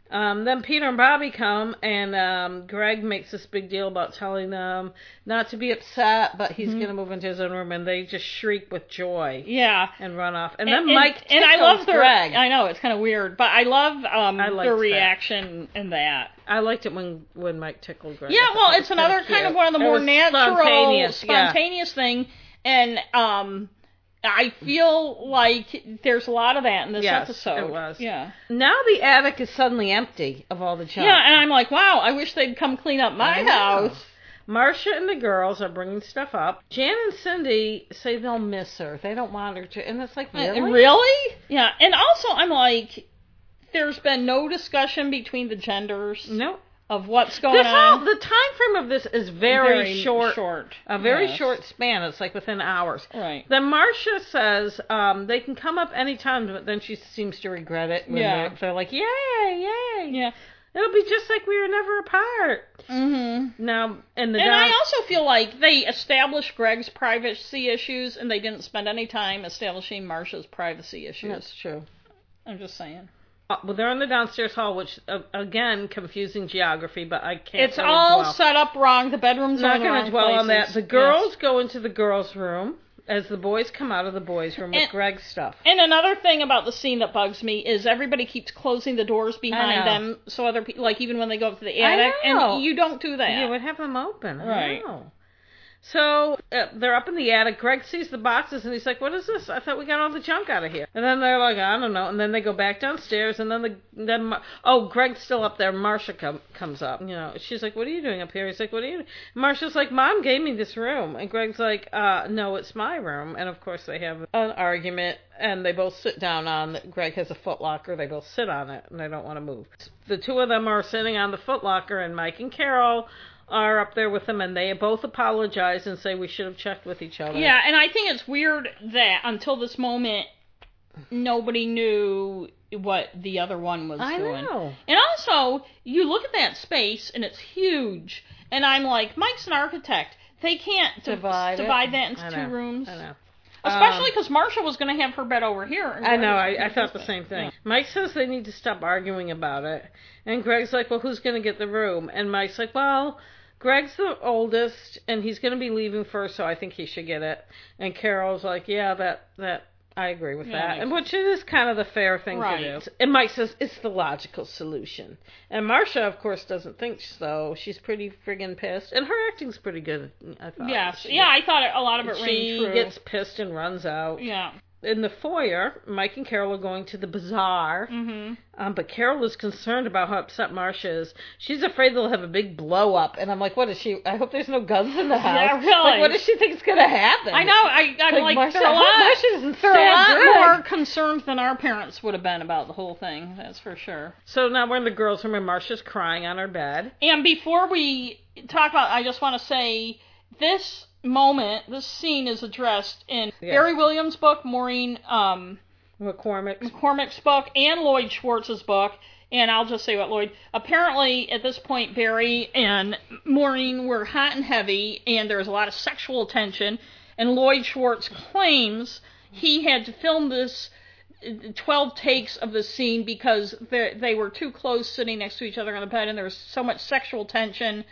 [SPEAKER 2] Um, then Peter and Bobby come, and um, Greg makes this big deal about telling them not to be upset, but
[SPEAKER 1] Mm-hmm.
[SPEAKER 2] he's going to move into his own room, and they just shriek with joy
[SPEAKER 1] Yeah.
[SPEAKER 2] and run off. And, then Mike
[SPEAKER 1] and I
[SPEAKER 2] tickles
[SPEAKER 1] love their.
[SPEAKER 2] Greg.
[SPEAKER 1] I know it's kind of weird, but I love um
[SPEAKER 2] I liked
[SPEAKER 1] their
[SPEAKER 2] that.
[SPEAKER 1] reaction in that.
[SPEAKER 2] I liked it when when Mike tickled Greg. I
[SPEAKER 1] Yeah,
[SPEAKER 2] thought
[SPEAKER 1] well,
[SPEAKER 2] that
[SPEAKER 1] it's
[SPEAKER 2] was
[SPEAKER 1] another
[SPEAKER 2] kinda
[SPEAKER 1] kind of
[SPEAKER 2] cute.
[SPEAKER 1] one of the
[SPEAKER 2] It
[SPEAKER 1] more
[SPEAKER 2] was
[SPEAKER 1] natural,
[SPEAKER 2] spontaneous, yeah.
[SPEAKER 1] spontaneous thing, and um, I feel like there's a lot of that in this
[SPEAKER 2] Yes,
[SPEAKER 1] episode.
[SPEAKER 2] it was.
[SPEAKER 1] Yeah,
[SPEAKER 2] Now the attic is suddenly empty of all the junk.
[SPEAKER 1] yeah, and I'm like, wow, I wish they'd come clean up my
[SPEAKER 2] I know.
[SPEAKER 1] house.
[SPEAKER 2] Marcia and the girls are bringing stuff up. Jan and Cindy say they'll miss her. They don't want her to. And it's like, really?
[SPEAKER 1] Uh, Yeah, and also I'm like, there's been no discussion between the genders
[SPEAKER 2] No.
[SPEAKER 1] of what's going
[SPEAKER 2] This all,
[SPEAKER 1] on.
[SPEAKER 2] the time frame of this is very, short,
[SPEAKER 1] um, short,
[SPEAKER 2] a very
[SPEAKER 1] Yes.
[SPEAKER 2] short span. It's like within hours.
[SPEAKER 1] Right.
[SPEAKER 2] Then Marcia says um, they can come up anytime, but then she seems to regret it. When
[SPEAKER 1] Yeah.
[SPEAKER 2] they're, they're like, yay, yay,
[SPEAKER 1] Yeah.
[SPEAKER 2] it'll be just like we were never apart.
[SPEAKER 1] Mm-hmm.
[SPEAKER 2] Now, and the
[SPEAKER 1] And
[SPEAKER 2] down-
[SPEAKER 1] I also feel like they established Greg's privacy issues and they didn't spend any time establishing Marsha's privacy issues.
[SPEAKER 2] that's true.
[SPEAKER 1] I'm just saying.
[SPEAKER 2] Uh, well, they're in the downstairs hall, which uh, again confusing geography, but I can't.
[SPEAKER 1] It's
[SPEAKER 2] really
[SPEAKER 1] all
[SPEAKER 2] dwell.
[SPEAKER 1] set up wrong. The bedrooms
[SPEAKER 2] I'm not
[SPEAKER 1] are going to
[SPEAKER 2] dwell on that. The girls go into the girls' room, as the boys come out of the boys' room with
[SPEAKER 1] And-
[SPEAKER 2] Greg's stuff.
[SPEAKER 1] And another thing about the scene that bugs me is everybody keeps closing the doors
[SPEAKER 2] know.
[SPEAKER 1] behind them, so other people, like even when they go up to the
[SPEAKER 2] I
[SPEAKER 1] attic,
[SPEAKER 2] know.
[SPEAKER 1] and you don't do that.
[SPEAKER 2] You would have them open. I
[SPEAKER 1] Right.
[SPEAKER 2] know. So uh, they're up in the attic. Greg sees the boxes and he's like, "What is this? I thought we got all the junk out of here." And then they're like, "I don't know." And then they go back downstairs. And then the then Mar- oh, Greg's still up there. Marsha com- comes up. You know, she's like, "What are you doing up here?" He's like, "What are you?" doing?" Marsha's like, "Mom gave me this room." And Greg's like, "Uh, no, it's my room." And of course they have an argument. And they both sit down on. Greg has a footlocker. They both sit on it, and they don't want to move. The two of them are sitting on the footlocker, and Mike and Carol are up there with them, and they both apologize and say we should have checked with each other.
[SPEAKER 1] Yeah, and I think it's weird that until this moment, nobody knew what the other one was
[SPEAKER 2] I
[SPEAKER 1] doing.
[SPEAKER 2] know.
[SPEAKER 1] And also, you look at that space and it's huge, and I'm like, Mike's an architect. They can't d-
[SPEAKER 2] Divide it.
[SPEAKER 1] divide that
[SPEAKER 2] I
[SPEAKER 1] into
[SPEAKER 2] know.
[SPEAKER 1] two rooms,
[SPEAKER 2] I know. Um,
[SPEAKER 1] especially because Marcia was going to have her bed over here. and
[SPEAKER 2] I
[SPEAKER 1] Greg
[SPEAKER 2] know.
[SPEAKER 1] was
[SPEAKER 2] I, I
[SPEAKER 1] gonna
[SPEAKER 2] thought
[SPEAKER 1] do
[SPEAKER 2] the
[SPEAKER 1] that.
[SPEAKER 2] same thing. Mike says they need to stop arguing about it, and Greg's like, "Well, who's going to get the room?" And Mike's like, "Well." Greg's the oldest, and he's going to be leaving first, so I think he should get it. And Carol's like, "Yeah, that that I agree with
[SPEAKER 1] Yeah,
[SPEAKER 2] that,"
[SPEAKER 1] makes
[SPEAKER 2] and which is kind of the fair thing to
[SPEAKER 1] Right.
[SPEAKER 2] do. And Mike says it's the logical solution, and Marcia, of course, doesn't think so. She's pretty friggin' pissed, and her acting's pretty good. I thought.
[SPEAKER 1] Yes.
[SPEAKER 2] She-
[SPEAKER 1] Yeah, I thought it, a lot of it rang
[SPEAKER 2] She
[SPEAKER 1] true.
[SPEAKER 2] gets pissed and runs out
[SPEAKER 1] yeah.
[SPEAKER 2] in the foyer, Mike and Carol are going to the bazaar,
[SPEAKER 1] hmm
[SPEAKER 2] um, but Carol is concerned about how upset Marcia is. She's afraid they'll have a big blow up, and I'm like, what is she? I hope there's no guns in the house.
[SPEAKER 1] Yeah, really.
[SPEAKER 2] Like, what does she think is going to happen?
[SPEAKER 1] I know. I, I'm like,
[SPEAKER 2] Marcia,
[SPEAKER 1] they're a
[SPEAKER 2] I hope
[SPEAKER 1] lot,
[SPEAKER 2] Marcia doesn't
[SPEAKER 1] they're a
[SPEAKER 2] stab
[SPEAKER 1] lot
[SPEAKER 2] Greg.
[SPEAKER 1] more concerned than our parents would have been about the whole thing. That's for sure.
[SPEAKER 2] So now we're in the girls' room, and Marcia's crying on her bed.
[SPEAKER 1] And before we talk about, I just want to say this moment, this scene is addressed in
[SPEAKER 2] Yeah.
[SPEAKER 1] Barry Williams' book, Maureen um,
[SPEAKER 2] McCormick's
[SPEAKER 1] McCormick's book, and Lloyd Schwartz's book. And I'll just say what Lloyd. Apparently, at this point, Barry and Maureen were hot and heavy, and there was a lot of sexual tension. And Lloyd Schwartz claims he had to film this uh, 12 takes of the scene because they they were too close sitting next to each other on the bed and there was so much sexual tension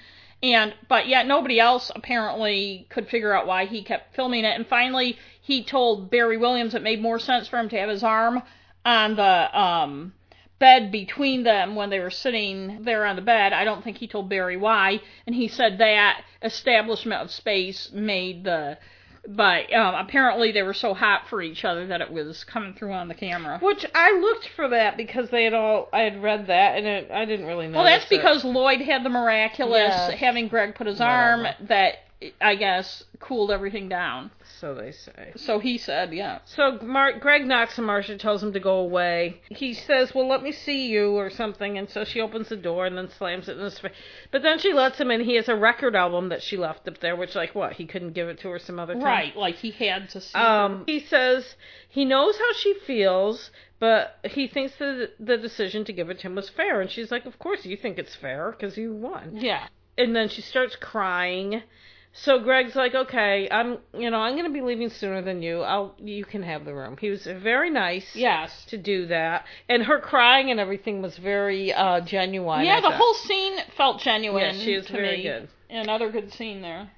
[SPEAKER 1] and but yet nobody else apparently could figure out why he kept filming it and finally he told Barry Williams it made more sense for him to have his arm on the um bed between them when they were sitting there on the bed. I don't think he told Barry why, and he said that establishment of space made the. But um, apparently they were so hot for each other that it was coming through on the camera.
[SPEAKER 2] which I looked for that because they had all I had read that, and it, I didn't really know.
[SPEAKER 1] Well, that's because Lloyd had the miraculous
[SPEAKER 2] Yes.
[SPEAKER 1] having Greg put his arm that I guess cooled everything down.
[SPEAKER 2] so they say.
[SPEAKER 1] So he said, yeah.
[SPEAKER 2] So Mar- Greg knocks and Marcia tells him to go away. He says, "Well, let me see you" or something, and so she opens the door and then slams it in his face. But then she lets him in. He has a record album that she left up there, which like what he couldn't give it to her some other time.
[SPEAKER 1] Right, Oh. like he had to see.
[SPEAKER 2] Um, he says he knows how she feels, but he thinks that the decision to give it to him was fair. And she's like, "Of course you think it's fair because you won."
[SPEAKER 1] yeah.
[SPEAKER 2] and then she starts crying. So Greg's like, "Okay, I'm, you know, I'm going to be leaving sooner than you. I'll you can have the room." He was very nice
[SPEAKER 1] Yes.
[SPEAKER 2] to do that. And her crying and everything was very uh genuine. I
[SPEAKER 1] Yeah, the
[SPEAKER 2] thought.
[SPEAKER 1] whole scene felt genuine.
[SPEAKER 2] Yeah, she is
[SPEAKER 1] to
[SPEAKER 2] very
[SPEAKER 1] me.
[SPEAKER 2] good.
[SPEAKER 1] Another good scene there.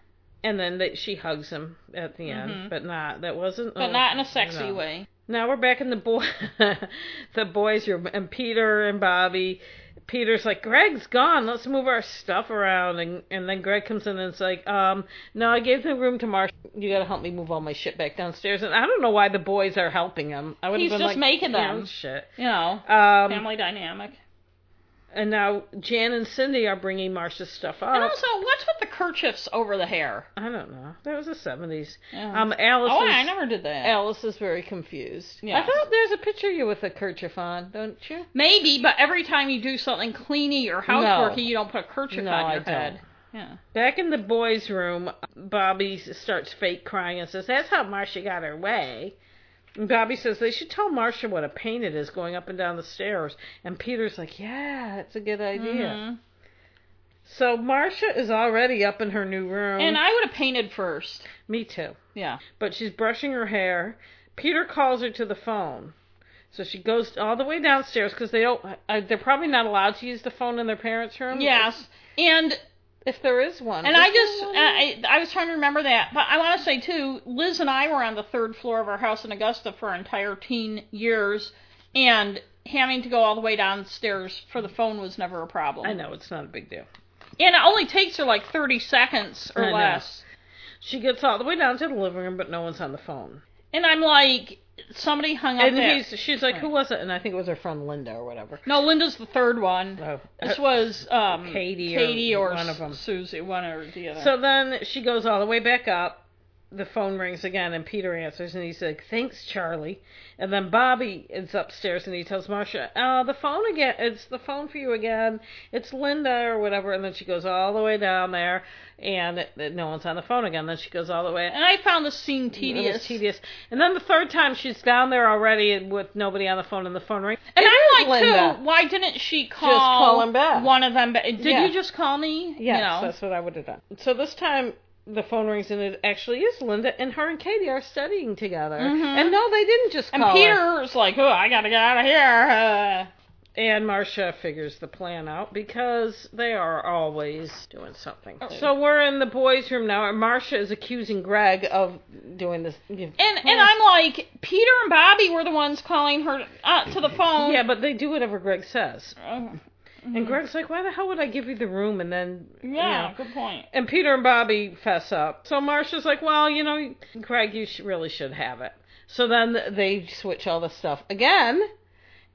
[SPEAKER 2] And then they, she hugs him at the end, but not that wasn't
[SPEAKER 1] Mm-hmm. but not in a sexy
[SPEAKER 2] no.
[SPEAKER 1] way.
[SPEAKER 2] Now we're back in the boy, the boys room, and Peter and Bobby. Peter's like, Greg's gone. Let's move our stuff around. And and then Greg comes in and it's like, um, no, I gave the room to Marsh. You gotta help me move all my shit back downstairs. And I don't know why the boys are helping him. I would
[SPEAKER 1] He's
[SPEAKER 2] been
[SPEAKER 1] just
[SPEAKER 2] like,
[SPEAKER 1] making
[SPEAKER 2] "Yeah,
[SPEAKER 1] them."
[SPEAKER 2] shit.
[SPEAKER 1] You know,
[SPEAKER 2] Um,
[SPEAKER 1] family dynamic.
[SPEAKER 2] and now Jan and Cindy are bringing Marsha's stuff up.
[SPEAKER 1] And also, what's with the kerchiefs over the hair?
[SPEAKER 2] I don't know. That was the seventies.
[SPEAKER 1] Yeah.
[SPEAKER 2] Um, Alice.
[SPEAKER 1] Oh,
[SPEAKER 2] is-
[SPEAKER 1] I never did that.
[SPEAKER 2] Alice is very confused.
[SPEAKER 1] Yes.
[SPEAKER 2] I thought there's a picture of you with a kerchief on, don't you?
[SPEAKER 1] Maybe, but every time you do something cleany or houseworky, you don't put a kerchief
[SPEAKER 2] No,
[SPEAKER 1] on your
[SPEAKER 2] I don't.
[SPEAKER 1] head. Yeah.
[SPEAKER 2] Back in the boys' room, Bobby starts fake crying and says, That's how Marcia got her way. And Bobby says they should tell Marcia what a pain it is going up and down the stairs. And Peter's like, Yeah, that's a good idea. Um,
[SPEAKER 1] Mhm.
[SPEAKER 2] So Marcia is already up in her new room.
[SPEAKER 1] And I would have painted first.
[SPEAKER 2] Me too.
[SPEAKER 1] Yeah.
[SPEAKER 2] But she's brushing her hair. Peter calls her to the phone. So she goes all the way downstairs because they don't. Uh, they're probably not allowed to use the phone in their parents' room.
[SPEAKER 1] Yes. And
[SPEAKER 2] If there is one.
[SPEAKER 1] And
[SPEAKER 2] Is
[SPEAKER 1] I
[SPEAKER 2] there
[SPEAKER 1] just, uh,
[SPEAKER 2] one?
[SPEAKER 1] I, I was trying to remember that, but I want to say too, Liz and I were on the third floor of our house in Augusta for our entire teen years, and having to go all the way downstairs for the phone was never a problem.
[SPEAKER 2] I know it's not a big deal.
[SPEAKER 1] And it only takes her like 30 seconds or
[SPEAKER 2] I know.
[SPEAKER 1] less.
[SPEAKER 2] She gets all the way down to the living room, but no one's on the phone.
[SPEAKER 1] And I'm like, somebody hung up
[SPEAKER 2] And
[SPEAKER 1] that.
[SPEAKER 2] he's, she's like, "Who was it?" And I think it was her friend Linda or whatever.
[SPEAKER 1] No, Linda's the third one.
[SPEAKER 2] Oh.
[SPEAKER 1] This was um,
[SPEAKER 2] Katie or
[SPEAKER 1] Katie or,
[SPEAKER 2] one of 'em.
[SPEAKER 1] Susie, one or the other.
[SPEAKER 2] So then she goes all the way back up. The phone rings again, and Peter answers, and he's like, "Thanks, Charlie." And then Bobby is upstairs, and he tells Marcia, "Uh, the phone again. It's the phone for you again. It's Linda or whatever." And then she goes all the way down there, and it, it- no one's on the phone again. Then she goes all the way.
[SPEAKER 1] and I found this scene
[SPEAKER 2] It
[SPEAKER 1] tedious.
[SPEAKER 2] was tedious. And then the third time she's down there already with nobody on the phone, and the phone rings.
[SPEAKER 1] And I'm like,
[SPEAKER 2] Linda.
[SPEAKER 1] too, why didn't she call,
[SPEAKER 2] call him back.
[SPEAKER 1] one of them back? Did
[SPEAKER 2] Yeah.
[SPEAKER 1] you just call me?
[SPEAKER 2] Yes,
[SPEAKER 1] You know?
[SPEAKER 2] that's what I would have done. So this time the phone rings and it actually is Linda and her and Katie are studying together. And no, they didn't just call
[SPEAKER 1] Mm-hmm. and
[SPEAKER 2] her.
[SPEAKER 1] Peter's like, oh, I gotta get out of here.
[SPEAKER 2] And Marcia figures the plan out because they are always doing something.
[SPEAKER 1] Oh.
[SPEAKER 2] So we're in the boys' room now. and Marcia is accusing Greg of doing this.
[SPEAKER 1] And
[SPEAKER 2] Hmm.
[SPEAKER 1] and I'm like, Peter and Bobby were the ones calling her uh, to the phone.
[SPEAKER 2] yeah, but they do whatever Greg says.
[SPEAKER 1] Uh,
[SPEAKER 2] And Greg's like, "Why the hell would I give you the room?" And then you
[SPEAKER 1] yeah,
[SPEAKER 2] know,
[SPEAKER 1] good point.
[SPEAKER 2] And Peter and Bobby fess up. So Marcia's like, well, you know, Craig, you sh- really should have it. So then they switch all the stuff again.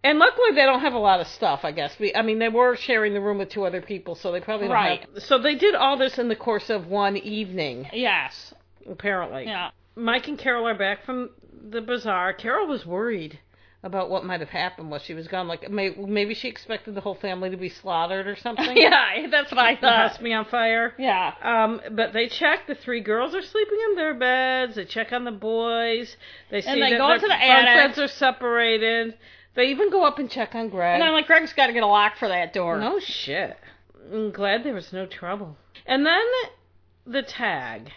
[SPEAKER 2] And luckily, they don't have a lot of stuff, I guess. We, I mean, they were sharing the room with two other people, so they probably don't
[SPEAKER 1] Right.
[SPEAKER 2] have. So they did all this in the course of one evening,
[SPEAKER 1] Yes.
[SPEAKER 2] apparently.
[SPEAKER 1] Yeah.
[SPEAKER 2] Mike and Carol are back from the bazaar. Carol was worried about what might have happened while she was gone. Like, may- maybe she expected the whole family to be slaughtered or something.
[SPEAKER 1] Yeah, that's what I
[SPEAKER 2] The
[SPEAKER 1] thought.
[SPEAKER 2] house be on fire.
[SPEAKER 1] Yeah.
[SPEAKER 2] Um, but they check. The three girls are sleeping in their beds. They check on the boys. They see
[SPEAKER 1] they
[SPEAKER 2] that
[SPEAKER 1] go
[SPEAKER 2] their
[SPEAKER 1] to the
[SPEAKER 2] bunk
[SPEAKER 1] attic.
[SPEAKER 2] beds are separated. They even go up and check on Greg.
[SPEAKER 1] And I'm like, Greg's got to get a lock for that door.
[SPEAKER 2] no shit. I'm glad there was no trouble. And then the tag.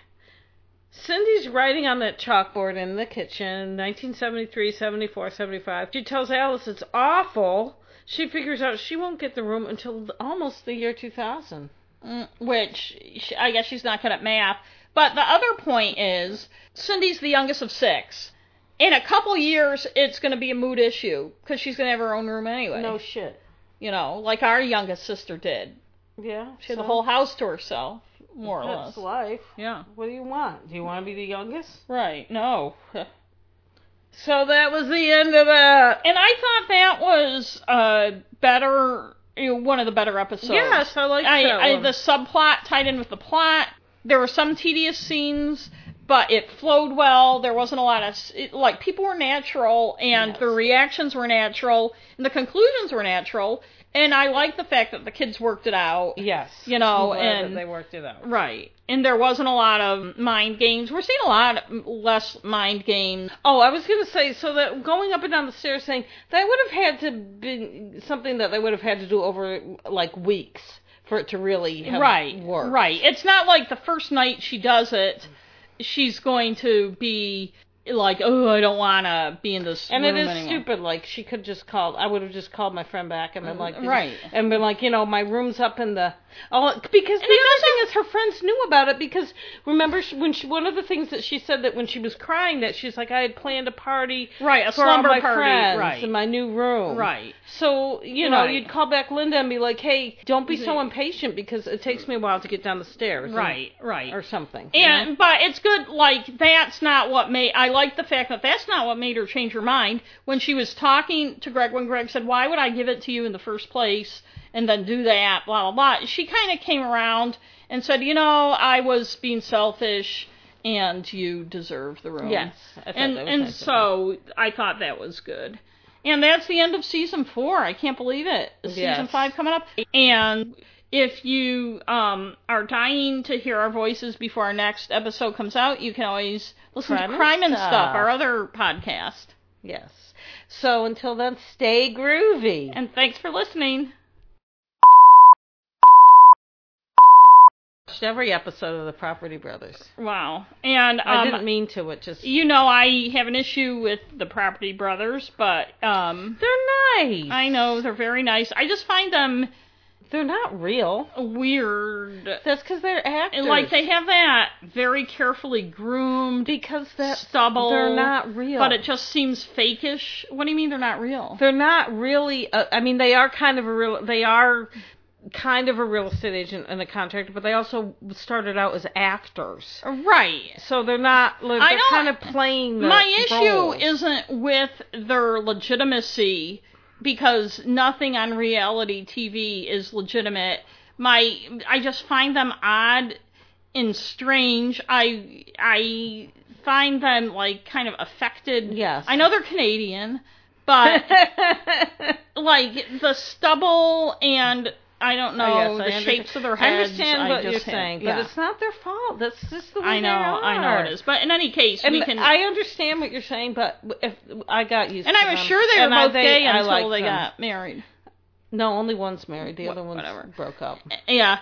[SPEAKER 2] Cindy's writing on that chalkboard in the kitchen, 1973, 74, 75. She tells Alice it's awful. She figures out she won't get the room until almost the year 2000.
[SPEAKER 1] Mm, Which she, I guess she's not good at math. But the other point is, Cindy's the youngest of six. In a couple years, it's going to be a mood issue because she's going to have her own room anyway.
[SPEAKER 2] No shit.
[SPEAKER 1] you know, like our youngest sister did.
[SPEAKER 2] Yeah.
[SPEAKER 1] She had the whole house to herself, more or less.
[SPEAKER 2] That's life.
[SPEAKER 1] Yeah.
[SPEAKER 2] What do you want? Do you want to be the youngest?
[SPEAKER 1] Right. No. and
[SPEAKER 2] So that was the end of that.
[SPEAKER 1] I thought that was uh better, you know, one of the better episodes.
[SPEAKER 2] yes, I like
[SPEAKER 1] I,
[SPEAKER 2] that
[SPEAKER 1] I
[SPEAKER 2] one.
[SPEAKER 1] the subplot tied in with the plot. There were some tedious scenes, but it flowed well. There wasn't a lot of s- it, like people were natural, and
[SPEAKER 2] Yes.
[SPEAKER 1] the reactions were natural, and the conclusions were natural. And I like the fact that the kids worked it out.
[SPEAKER 2] yes,
[SPEAKER 1] you know,
[SPEAKER 2] I'm glad that
[SPEAKER 1] and-
[SPEAKER 2] they worked it out.
[SPEAKER 1] Right. And there wasn't a lot of mind games. We're seeing a lot less mind games.
[SPEAKER 2] Oh, I was gonna say so that going up and down the stairs saying that would have had to be something that they would have had to do over like weeks for it to really have
[SPEAKER 1] right.
[SPEAKER 2] work.
[SPEAKER 1] Right. It's not like the first night she does it, she's going to be like, oh, I don't want to be in this
[SPEAKER 2] And
[SPEAKER 1] room
[SPEAKER 2] it is
[SPEAKER 1] anymore."
[SPEAKER 2] stupid. Like she could just call. I would have just called my friend back and been like,
[SPEAKER 1] right.
[SPEAKER 2] and been like, you know, my room's up in the. Oh, because the
[SPEAKER 1] it's
[SPEAKER 2] other thing is her friends knew about it because remember she, when she one of the things that she said that when she was crying that she's like I had planned a party
[SPEAKER 1] Right. A
[SPEAKER 2] for all
[SPEAKER 1] slumber
[SPEAKER 2] my
[SPEAKER 1] party.
[SPEAKER 2] friends
[SPEAKER 1] right.
[SPEAKER 2] in my new room.
[SPEAKER 1] right.
[SPEAKER 2] So you know
[SPEAKER 1] Right.
[SPEAKER 2] you'd call back Linda and be like, hey, don't be so
[SPEAKER 1] Mhm.
[SPEAKER 2] impatient because it takes me a while to get down the stairs. and-
[SPEAKER 1] Right. Right.
[SPEAKER 2] Or something. you know?
[SPEAKER 1] And but it's good. Like that's not what made. I like the fact that that's not what made her change her mind when she was talking to Greg. When Greg said, "Why would I give it to you in the first place and then do that?" Blah blah blah. She kind of came around and said, "You know, I was being selfish, and you deserve the room."
[SPEAKER 2] yes. I thought
[SPEAKER 1] And
[SPEAKER 2] that was
[SPEAKER 1] and
[SPEAKER 2] nice of her.
[SPEAKER 1] so I thought that was good. And that's the end of season four. I can't believe it. Season
[SPEAKER 2] Yes.
[SPEAKER 1] five coming up. And if you um, are dying to hear our voices before our next episode comes out, you can always listen
[SPEAKER 2] Crime
[SPEAKER 1] to
[SPEAKER 2] and
[SPEAKER 1] Crime and
[SPEAKER 2] Stuff.
[SPEAKER 1] Stuff, our other podcast.
[SPEAKER 2] yes. So until then, stay groovy.
[SPEAKER 1] And thanks for listening.
[SPEAKER 2] watched every episode of the Property Brothers.
[SPEAKER 1] Wow. And um,
[SPEAKER 2] I didn't mean to. It just
[SPEAKER 1] you know, I have an issue with the Property Brothers, but um,
[SPEAKER 2] they're nice.
[SPEAKER 1] I know they're very nice. I just find them
[SPEAKER 2] They're not real.
[SPEAKER 1] Weird.
[SPEAKER 2] That's because they're actors.
[SPEAKER 1] And like they have that very carefully groomed
[SPEAKER 2] because that
[SPEAKER 1] stubble.
[SPEAKER 2] they're not real.
[SPEAKER 1] But it just seems fakish. What do you mean they're not real?
[SPEAKER 2] they're not really. Uh, I mean, they are kind of a real. They are kind of a real estate agent and a contractor, but they also started out as actors.
[SPEAKER 1] right.
[SPEAKER 2] So they're not. Like,
[SPEAKER 1] I
[SPEAKER 2] they're
[SPEAKER 1] don't-
[SPEAKER 2] kind of playing. The
[SPEAKER 1] My issue
[SPEAKER 2] roles.
[SPEAKER 1] isn't with their legitimacy because nothing on reality TV is legitimate. My I just find them odd and strange. I I find them like kind of affected.
[SPEAKER 2] Yes.
[SPEAKER 1] I know they're Canadian,
[SPEAKER 2] Oh,
[SPEAKER 1] but like the stubble and I don't know
[SPEAKER 2] yes, I
[SPEAKER 1] the
[SPEAKER 2] understand.
[SPEAKER 1] shapes of their
[SPEAKER 2] I
[SPEAKER 1] heads.
[SPEAKER 2] understand
[SPEAKER 1] I
[SPEAKER 2] what
[SPEAKER 1] just
[SPEAKER 2] you're
[SPEAKER 1] have-
[SPEAKER 2] saying,
[SPEAKER 1] yeah.
[SPEAKER 2] but it's not their fault. That's just the way
[SPEAKER 1] I know,
[SPEAKER 2] they
[SPEAKER 1] I
[SPEAKER 2] are.
[SPEAKER 1] know it is. But in any case,
[SPEAKER 2] And
[SPEAKER 1] we can.
[SPEAKER 2] I understand what you're saying, but if I got used
[SPEAKER 1] And
[SPEAKER 2] to
[SPEAKER 1] um, I was
[SPEAKER 2] them.
[SPEAKER 1] sure they were
[SPEAKER 2] And I-
[SPEAKER 1] both gay
[SPEAKER 2] I
[SPEAKER 1] until
[SPEAKER 2] liked
[SPEAKER 1] they
[SPEAKER 2] them.
[SPEAKER 1] got married.
[SPEAKER 2] No, only one's married. The
[SPEAKER 1] Wha-
[SPEAKER 2] other one's
[SPEAKER 1] whatever.
[SPEAKER 2] broke up.
[SPEAKER 1] Yeah,